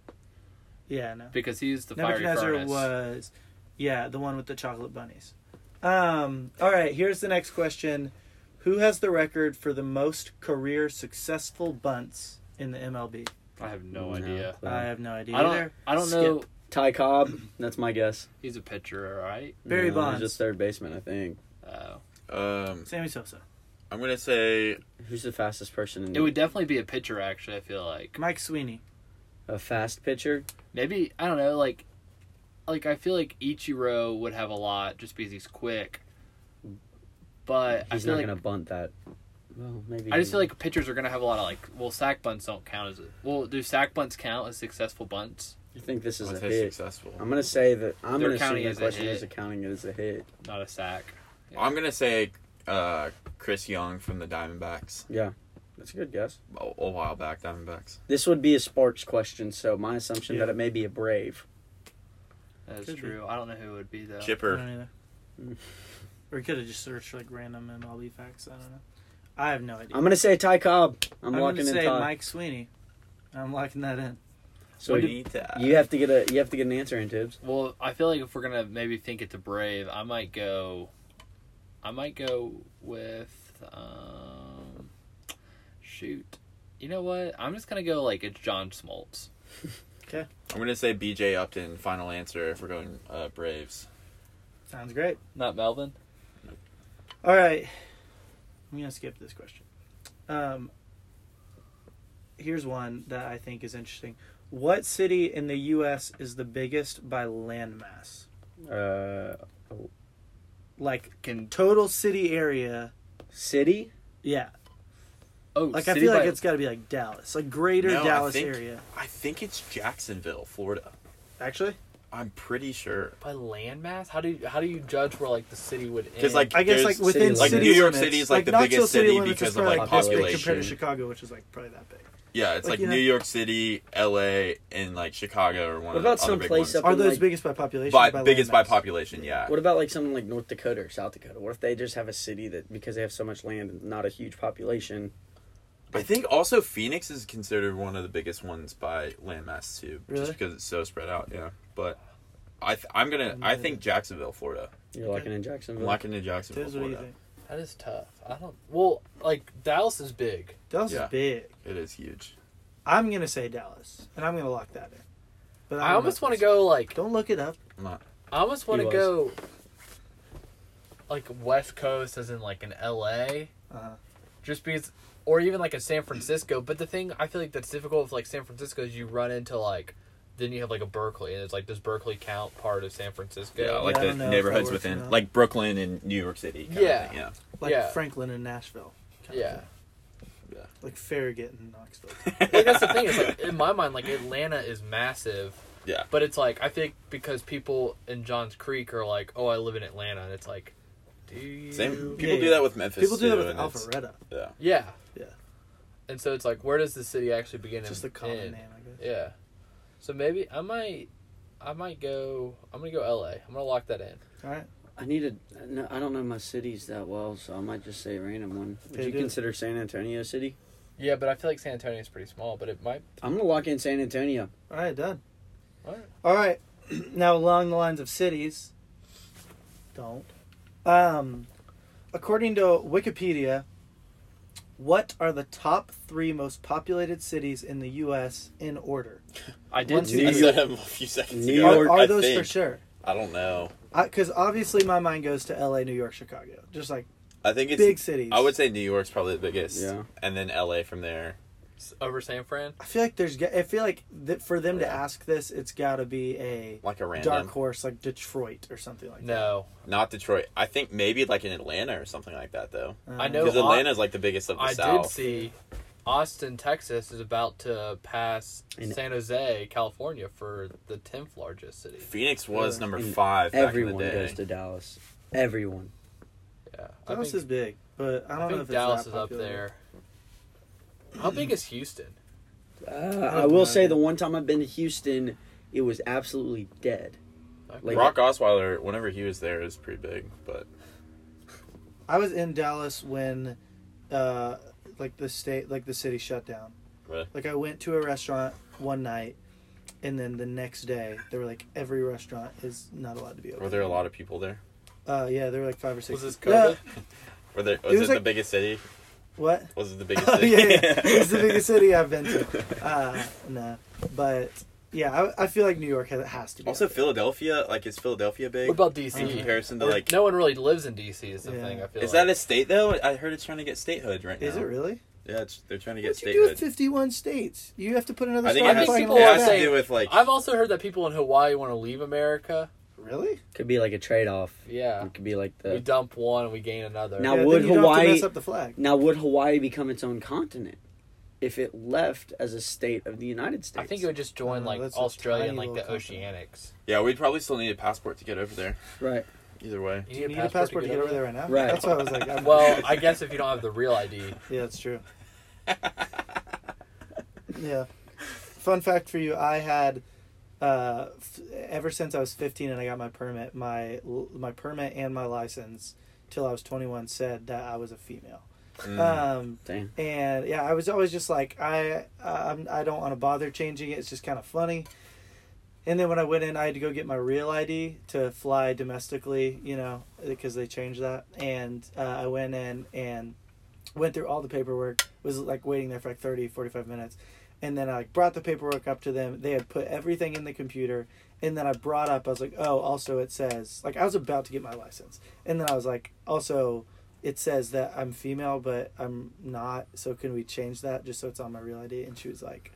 S1: Yeah, no.
S2: Because he's the fiery
S1: Nebuchadnezzar
S2: furnace.
S1: was, yeah, the one with the chocolate bunnies. Um, all right, here's the next question: Who has the record for the most career successful bunts in the MLB?
S2: I have no,
S5: No.
S2: idea.
S5: Wow.
S1: I have no idea
S2: Um, I don't,
S1: either.
S2: I don't know.
S5: Ty Cobb. That's my guess.
S2: He's a pitcher, right?
S1: Barry
S5: No, he's
S1: Bonds,
S5: just third baseman, I think.
S2: Uh,
S6: Um,
S1: Sammy Sosa,
S6: I'm gonna say
S5: Who's the fastest person in
S2: it would definitely be a pitcher, actually, I feel like.
S1: Mike Sweeney.
S5: a fast pitcher?
S2: Maybe I don't know, like like I feel like Ichiro would have a lot just because he's quick. But
S5: He's
S2: I feel
S5: not
S2: like
S5: gonna bunt that. Well, maybe.
S2: I
S5: he
S2: just feel
S5: will.
S2: like pitchers are gonna have a lot of like well sack bunts don't count as well do sack bunts count as successful bunts?
S5: I think this is
S6: I'll
S5: a
S6: say
S5: hit.
S6: successful.
S5: I'm gonna say that I'm
S2: They're
S5: gonna assume
S2: counting
S5: that
S2: as a
S5: question
S2: hit.
S5: is accounting it as a hit.
S2: Not a sack.
S6: I'm gonna say uh, Chris Young from the Diamondbacks.
S5: Yeah, that's a good guess.
S6: A, a while back, Diamondbacks.
S5: This would be a Sparks question, so my assumption that
S1: Yeah.
S5: it may be a Brave.
S2: That is
S1: Could be.
S2: true. I don't know who it would be though.
S1: I don't
S6: Chipper.
S1: either. Or we could have just searched like random MLB facts. I don't know. I have no idea.
S5: I'm gonna say Ty Cobb. I'm,
S1: I'm
S5: locking
S1: gonna
S5: in
S1: say
S5: Ty.
S1: Mike Sweeney. I'm locking that in.
S5: so
S6: We
S5: you,
S6: need to-
S5: you have to get a you have to get an answer in Tibbs.
S2: Well, I feel like if we're gonna maybe think it's a brave, I might go I might go with um shoot. You know what? I'm just gonna go like it's John Smoltz.
S6: I'm gonna say B.J. Upton. Final answer if we're going uh, Braves.
S1: Sounds great.
S2: Not Melvin.
S1: All right. I'm going to skip this question. Um, here's one that I think is interesting. What city in the U.S. is the biggest by landmass?
S3: Uh,
S1: Like
S2: Can
S1: total city area?
S3: city?
S1: Yeah.
S2: oh,
S1: Like I
S2: city
S1: feel
S2: by-
S1: like it's got to be like Dallas, like Greater
S6: No, I
S1: Dallas
S6: think-
S1: area.
S6: I think it's Jacksonville, Florida.
S1: Actually,
S6: I'm pretty sure.
S2: by landmass. How do you how do you judge where like the city would end?
S6: Because like
S1: I guess
S6: there's-
S1: like within
S3: limits.
S6: like
S1: city
S6: New York
S1: limits,
S6: City is like, the
S1: Knoxville
S6: biggest city,
S1: limits is
S6: because of
S1: probably,
S6: like
S1: this big
S6: population.
S1: compared to Chicago, which is like probably that big.
S6: yeah, it's
S1: like,
S6: like
S1: you know-
S6: New York City, L.A., and like Chicago are one
S3: What
S6: of the
S3: about
S6: other
S3: some
S6: big
S3: place
S6: ones.
S3: up
S1: Are
S3: in,
S1: those
S3: like-
S1: biggest by population?
S6: by,
S1: or by
S6: biggest by
S1: landmass?
S6: population, yeah.
S3: What about like something like North Dakota or South Dakota? What if they just have a city that because they have so much land and not a huge population?
S6: I think also Phoenix is considered one of the biggest ones by landmass too,
S1: Really?
S6: just because it's so spread out. Yeah, but I th- I'm gonna I think Jacksonville, Florida.
S3: You're looking in Jacksonville.
S6: I'm locking in
S1: It
S6: Jacksonville,
S1: is what do you
S6: Florida.
S1: think?
S2: that is tough. I don't. Well, like Dallas is big.
S1: Dallas
S6: Yeah.
S1: is big.
S6: It is huge.
S1: I'm gonna say Dallas, and I'm gonna lock that in. But
S2: I
S1: don't
S2: almost
S1: know.
S2: want to go like
S1: Don't look it up.
S2: I almost want
S3: He
S2: to
S3: was.
S2: go like West Coast, as in like an LA,
S1: Uh-huh.
S2: just because, or even like a San Francisco. But the thing I feel like that's difficult with like San Francisco is you run into like, then you have like a Berkeley, and it's like does Berkeley count part of San Francisco?
S6: Yeah, like
S1: I
S6: the
S1: don't know if that works
S6: neighborhoods
S1: or
S6: within,
S1: not.
S6: like Brooklyn and New York City. kind of
S2: Yeah.
S6: thing, yeah.
S1: Like
S2: Yeah.
S1: Franklin and Nashville. kind of
S2: Yeah.
S1: thing.
S6: Yeah.
S1: Like Farragut and Knoxville.
S2: Like, that's the thing. It's like in my mind, like Atlanta is massive.
S6: Yeah.
S2: But it's like I think because people in Johns Creek are like, oh, I live in Atlanta, and it's like, do you?
S6: Same. People
S1: Yeah,
S6: do
S1: yeah.
S6: that with Memphis.
S1: People do that
S6: too,
S1: with
S6: and it's-
S1: Alpharetta.
S6: Yeah.
S2: Yeah.
S1: Yeah.
S2: And so it's like, where does the city actually begin?
S1: Just the
S2: and
S1: common
S2: end?
S1: name, I guess.
S2: Yeah. So maybe I might I might go I'm gonna go LA. I'm gonna lock that in.
S1: All right.
S3: I need a. No, I don't know my cities that well, so I might just say a random one. Would
S1: Okay,
S3: you
S1: do it.
S3: consider San Antonio city?
S2: Yeah, but I feel like San Antonio is pretty small, but it might
S3: I'm gonna lock in San Antonio.
S1: All right, done.
S2: All right.
S1: All right. now along the lines of cities. Don't. Um, according to Wikipedia, what are the top three most populated cities in the U.S. in order?
S2: I
S1: did One, two,
S6: I
S1: New
S6: said him a few seconds
S3: New
S6: ago.
S1: Are,
S6: I
S1: are those
S6: think.
S1: for sure?
S6: I don't know.
S1: Because obviously my mind goes to L.A., New York, Chicago, just like
S6: I think it's
S1: big cities.
S6: I would say New York's probably the biggest.
S3: Yeah.
S6: And then LA from there.
S2: over San Fran.
S1: I feel like there's. g- I feel like that for them to
S6: Yeah.
S1: ask this, it's got to be a
S6: Like a random.
S1: dark horse, like Detroit or something like that.
S2: No,
S6: Not Detroit. I think maybe like in Atlanta or something like that though.
S1: Um,
S2: I know
S6: Because
S2: Au-
S6: Atlanta's like the biggest of the
S2: I
S6: South.
S2: did see Austin, Texas is about to pass
S3: In-
S2: San Jose, California for the tenth largest city.
S6: Phoenix was
S1: Yeah. Mm.
S6: number
S3: And
S6: five back in
S3: Everyone
S6: the day.
S3: goes to Dallas. Everyone.
S2: Yeah, I
S1: Dallas
S2: think,
S1: is big, but I don't
S2: I
S1: know
S2: think
S1: if it's
S2: Dallas
S1: that
S2: is up
S1: popular.
S2: there. How big is Houston?
S3: Uh,
S1: I
S3: I
S1: don't know.
S3: will say the one time I've been to Houston, it was absolutely dead. Like-
S6: Brock Osweiler, whenever he was there, is pretty big, but
S1: I was in Dallas when, uh, like the state, like the city shut down.
S6: Really?
S1: Like I went to a restaurant one night, and then the next day they were like, every restaurant is not allowed to be
S6: were
S1: open.
S6: there a lot of people there?
S1: Uh, yeah, there were like five or six.
S2: Was this
S1: No,
S2: COVID?
S6: Were there was
S1: It
S6: it,
S1: was
S6: the
S1: like-
S6: biggest city?
S1: what?
S6: Was it the biggest
S1: Oh,
S6: city?
S1: yeah, yeah. it's the biggest city I've been to. Uh, no, but yeah, I, I feel like New York has, has to be.
S6: Also
S1: up there.
S6: Philadelphia, like is Philadelphia big?
S2: What about
S6: in
S2: DC?
S6: comparison to
S2: Or-
S6: like
S2: no one really lives in DC. Is the
S1: Yeah.
S2: thing I feel.
S6: Is
S2: like.
S6: that a state though? I heard it's trying to get statehood right now.
S1: is it really?
S6: Yeah, it's, they're trying to get
S1: What you do with
S6: statehood.
S1: fifty-one states? You have to put another.
S6: I think
S1: state
S6: it
S1: in
S6: has,
S2: I
S1: fucking
S2: think
S1: law
S6: it
S1: back.
S2: people
S6: has to
S2: saying-
S6: do with like
S2: I've also heard that people in Hawaii want to leave America.
S1: Really?
S3: Could be like a trade off.
S2: Yeah.
S3: It could be like
S2: We
S3: the.
S2: dump one and we gain another.
S3: Now-
S1: yeah,
S3: would
S1: then you don't have to
S3: Hawaii-
S1: mess up the flag?
S3: Now, would Hawaii become its own continent if it left as a state of the United States?
S2: I think it would just join
S1: No,
S2: like
S1: Uh, that's a
S2: Australia and
S1: tiny
S2: like the
S1: little country.
S2: oceanics.
S6: yeah, we'd probably still need a passport to get over there.
S3: Right.
S6: Either way,
S1: You need a passport to get over there right now.
S3: Right.
S1: That's why I was like, I'm,
S2: Well, I guess if you don't have the real ID,
S1: yeah, that's true. yeah. Fun fact for you: I had, uh, f- ever since I was 15 and I got my permit, my l- my permit and my license till I was 21 said that I was a female. Um,
S3: Damn.
S1: and yeah, I was always just like, I um, I don't want to bother changing it. It's just kind of funny. And then when I went in, I had to go get my real ID to fly domestically, you know, because they changed that. And uh, I went in and went through all the paperwork, was like waiting there for like 30, 45 minutes. And then I like brought the paperwork up to them. They had put everything in the computer. And then I brought up, I was like, oh, also it says, like, I was about to get my license. And then I was like, also, it says that I'm female, but I'm not. So can we change that just so it's on my real ID? And she was like,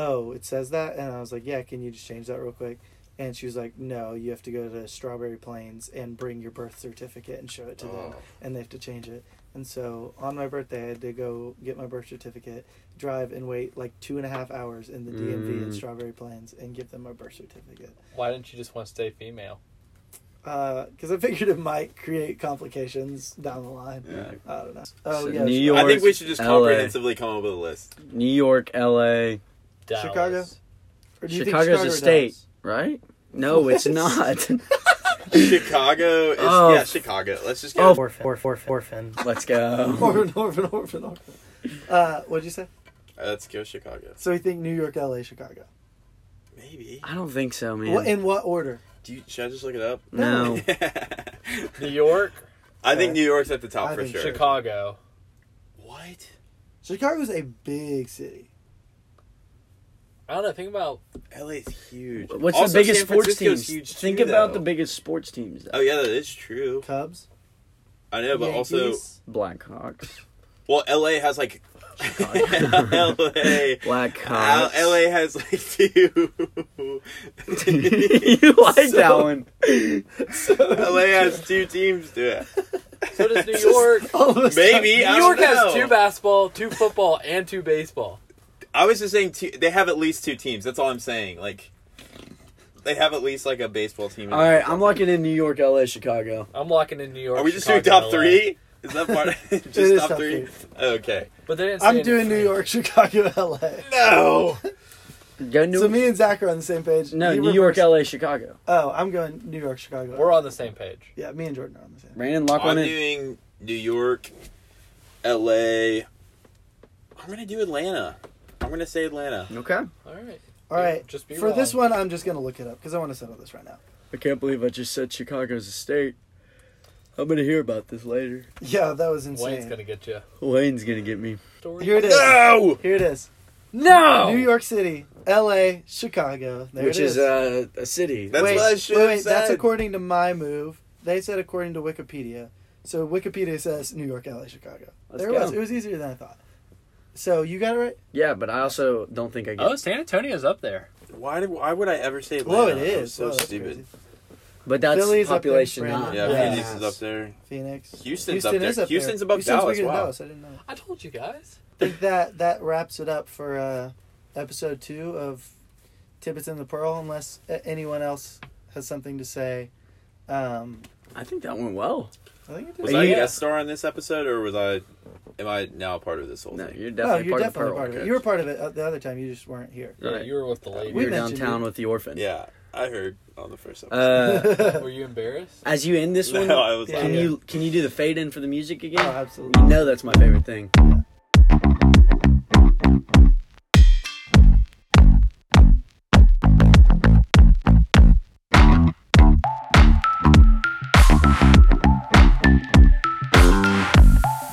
S1: Oh, it says that? And I was like, Yeah, can you just change that real quick? And she was like, No, you have to go to Strawberry Plains and bring your birth certificate and show it to
S6: Oh.
S1: them. And they have to change it. And so on my birthday, I had to go get my birth certificate, drive and wait like two and a half hours in the DMV
S3: Mm.
S1: in Strawberry Plains and give them my birth certificate.
S2: Why didn't you just want to stay female?
S1: Because I figured it might create complications down the line.
S6: Yeah.
S1: I don't know. Oh,
S3: So
S1: yeah.
S3: New
S1: sure.
S3: York-
S6: I think we should just
S3: LA.
S6: comprehensively come up with a list.
S3: New York, L.A.
S1: Chicago? Or do you think
S3: Chicago's a
S1: Chicago
S3: state,
S1: does?
S3: right? No, it's not.
S6: Chicago is
S3: Oh.
S6: yeah, Chicago. Let's just go. uh,
S3: Oh.
S1: Orphan. Orphan. Orphan. orphan.
S3: Let's go.
S1: Orphan, orphan, orphan, orphan. Uh, what'd you say?
S6: Let's go Chicago.
S1: So we think New York, LA, Chicago.
S6: Maybe.
S3: I don't think so, man.
S1: What, in what order?
S6: Do you, should I just look it up?
S3: no. uh,
S2: New York,
S6: I think
S1: Okay.
S6: New York's at the top
S1: I
S6: for
S1: think
S6: sure.
S2: Chicago.
S6: What?
S1: Chicago's a big city.
S2: I don't know. Think about
S6: LA's huge.
S3: What's
S6: Also,
S3: the biggest
S6: San
S3: sports
S6: Francisco's
S3: teams?
S6: huge
S3: Think
S6: too,
S3: about
S6: though.
S3: the biggest sports teams.
S6: Oh yeah, that is true.
S1: Cubs.
S6: I know, but also,
S1: Yankees.
S3: Blackhawks.
S6: well, LA has like
S3: Chicago.
S6: LA. Al-
S3: Blackhawks.
S6: LA has like two.
S3: you like that one?
S6: LA has two teams to it.
S2: so does Oh, New York.
S1: All of a sudden-
S6: Maybe I
S2: New York
S6: don't know.
S2: has two basketball, two football, and two baseball.
S6: I was just saying two, they have at least two teams. That's all I'm saying. Like they have at least like a baseball team. and a
S3: All right,
S6: football
S3: I'm
S6: team.
S3: locking in New York, L.A., Chicago.
S2: I'm locking in New York.
S6: Are we just doing
S2: Chicago,
S6: top
S2: LA.
S6: three? Is that part?
S1: It is
S6: just top
S1: top
S6: three? Okay.
S2: But they didn't. say
S1: I'm doing New York, Chicago, LA.
S6: No.
S3: Go New.
S1: So me and Zach are on the same page.
S3: no,
S1: You
S3: New
S1: were
S3: York,
S1: first.
S3: L.A., Chicago.
S1: Oh, I'm going New York, Chicago.
S2: We're on the same page.
S1: Yeah, me and Jordan are on the same.
S3: Brandon, lock
S6: I'm
S3: one in.
S6: doing New York, L.A. I'm gonna do Atlanta. I'm gonna say Atlanta.
S3: Okay.
S2: All right.
S1: All right.
S2: Just be
S1: For this
S2: wrong.
S1: one, I'm just gonna look it up because I want to settle this right now.
S3: I can't believe I just said Chicago's a state. I'm gonna hear about this later.
S1: Yeah, that was
S2: Wayne's
S1: insane.
S2: gonna get you.
S3: Wayne's gonna get me.
S2: Story.
S1: Here it is.
S6: No.
S1: Here it is.
S3: No.
S1: New York City, L.A., Chicago. There
S3: Which
S1: it is.
S3: is uh, a city.
S6: That's
S1: wait,
S6: what I should
S1: wait,
S6: have
S1: wait, that's
S6: said.
S1: according to my move. They said according to Wikipedia. So Wikipedia says New York, L.A., Chicago.
S3: Let's
S1: there it
S3: go.
S1: was. It was easier than I thought. So you got it right.
S3: Yeah, but I also don't think I get.
S2: Oh, San Antonio's up there.
S6: Why? Did, why would I ever say Atlanta?
S1: Whoa, it
S6: That was
S1: is.
S6: so
S1: Whoa, that's
S6: stupid.
S1: crazy.
S3: but that's
S1: Philly's up there,
S3: population.
S1: Brandon.
S3: Not.
S6: Yeah,
S1: Yeah.
S6: Phoenix is up there.
S1: Phoenix.
S6: Houston's up there.
S1: is up
S6: Houston's
S1: there.
S6: above
S1: Houston's
S6: Dallas.
S1: bigger than
S6: Wow.
S1: Dallas. I didn't know.
S2: I told you guys.
S1: I think that that wraps it up for uh, episode two of Tibbets and the Pearl. Unless uh, anyone else has something to say, um,
S3: I think that went well.
S1: I think it did.
S6: Was
S3: Are
S6: I a
S3: you-
S6: guest star on this episode, or was I? Am I now a part of this whole
S3: No,
S6: thing?
S3: Oh, you're
S1: no,
S3: definitely
S1: you're
S3: part
S1: definitely
S3: of Pearl.
S1: part of it. You were part of it uh, the other time. You just weren't here.
S2: Yeah,
S3: Right.
S2: you were with the lady.
S1: We
S3: You're
S1: mentioned
S3: downtown
S1: you.
S3: with the orphan.
S6: Yeah, I heard on the first episode.
S3: Uh,
S2: were you embarrassed?
S3: as you end this
S6: No,
S3: one,
S6: I was
S1: Yeah.
S3: can you can you do the fade in for the music again?
S1: Oh, absolutely.
S3: You know that's my favorite thing.
S6: there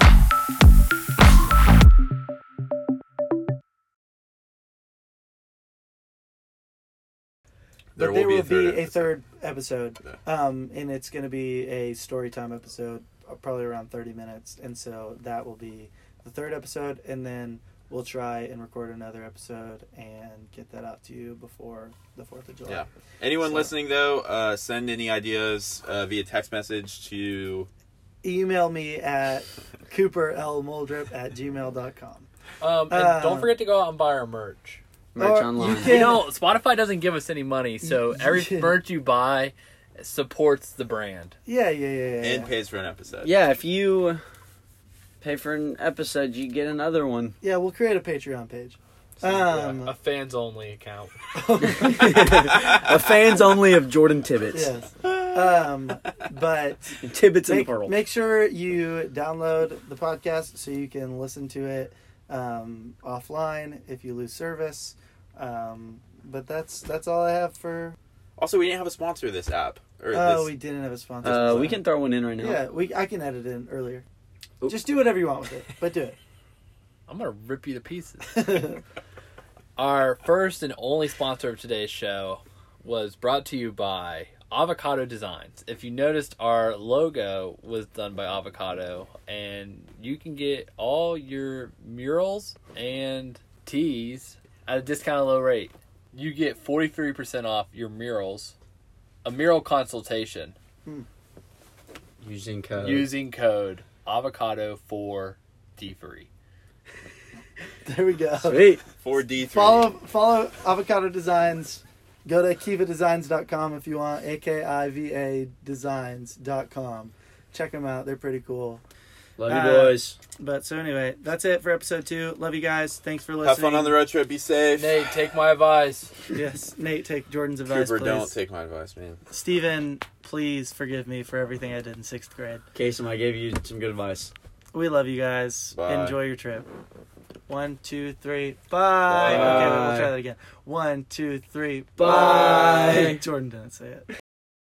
S1: but
S6: will
S1: there
S6: be
S1: will
S6: a third.
S1: be a third
S6: episode.
S1: episode, um, and it's going to be a story time episode, uh, probably around thirty minutes, and so that will be the third episode, and then we'll try and record another episode and get that out to you before the Fourth of July.
S6: Yeah. Anyone
S1: So-
S6: listening though, uh, send any ideas uh, via text message to
S1: Email me at cooperlmoldrip at gmail.com.
S2: Um, and
S1: Uh,
S2: don't forget to go out and buy our merch.
S3: Merch
S1: Or you
S3: online.
S1: can-
S2: You know, Spotify doesn't give us any money, so every
S1: Yeah.
S2: merch you buy supports the brand.
S1: Yeah, yeah, yeah, yeah.
S6: and
S1: Yeah,
S6: pays for an episode.
S3: Yeah, if you pay for an episode, you get another one.
S1: yeah we'll create a Patreon page.
S2: Yeah, a
S1: Um,
S2: fans only account.
S3: A fans only of Jordan Tibbets.
S1: yes. Um, but
S3: Tibbets in the
S1: make,
S3: Pearl.
S1: make sure you download the podcast so you can listen to it um, offline if you lose service. Um, but that's that's all I have for.
S6: Also, we didn't have a sponsor of this app. Or
S1: Oh,
S6: this,
S1: we didn't have a sponsor.
S3: uh, we can throw one in right now.
S1: Yeah, we. I can edit in earlier.
S3: Oop.
S1: Just do whatever you want with it, but do
S2: I'm gonna rip you to pieces.
S1: it.
S2: Our first and only sponsor of today's show was brought to you by Avocado Designs. If you noticed, our logo was done by Avocado, and you can get all your murals and teas at a discounted low rate. You get 43% off your murals, a mural consultation
S3: Using code.
S2: using code avocado for D3.
S7: There we go.
S3: Sweet.
S6: Four D three.
S7: Follow follow Avocado Designs. Go to akivadesigns.com if you want. A K I V A designs.com. Check them out. They're pretty cool.
S3: Love
S1: Uh,
S3: you, boys.
S1: But so anyway, that's it for episode two. Love you guys. Thanks for listening.
S6: Have fun on the road trip. Be safe.
S2: Nate, take my advice.
S1: Yes, Nate, take Jordan's advice,
S6: Cooper,
S1: please.
S6: don't take my advice, man.
S1: Steven, please forgive me for everything I did in sixth grade.
S3: Casey, I gave you some good advice.
S1: We love you guys.
S6: Bye.
S1: Enjoy your trip. One, two, three, bye.
S6: Bye.
S1: Okay, wait, we'll try that again. One, two, three,
S3: Bye.
S1: Jordan didn't say it.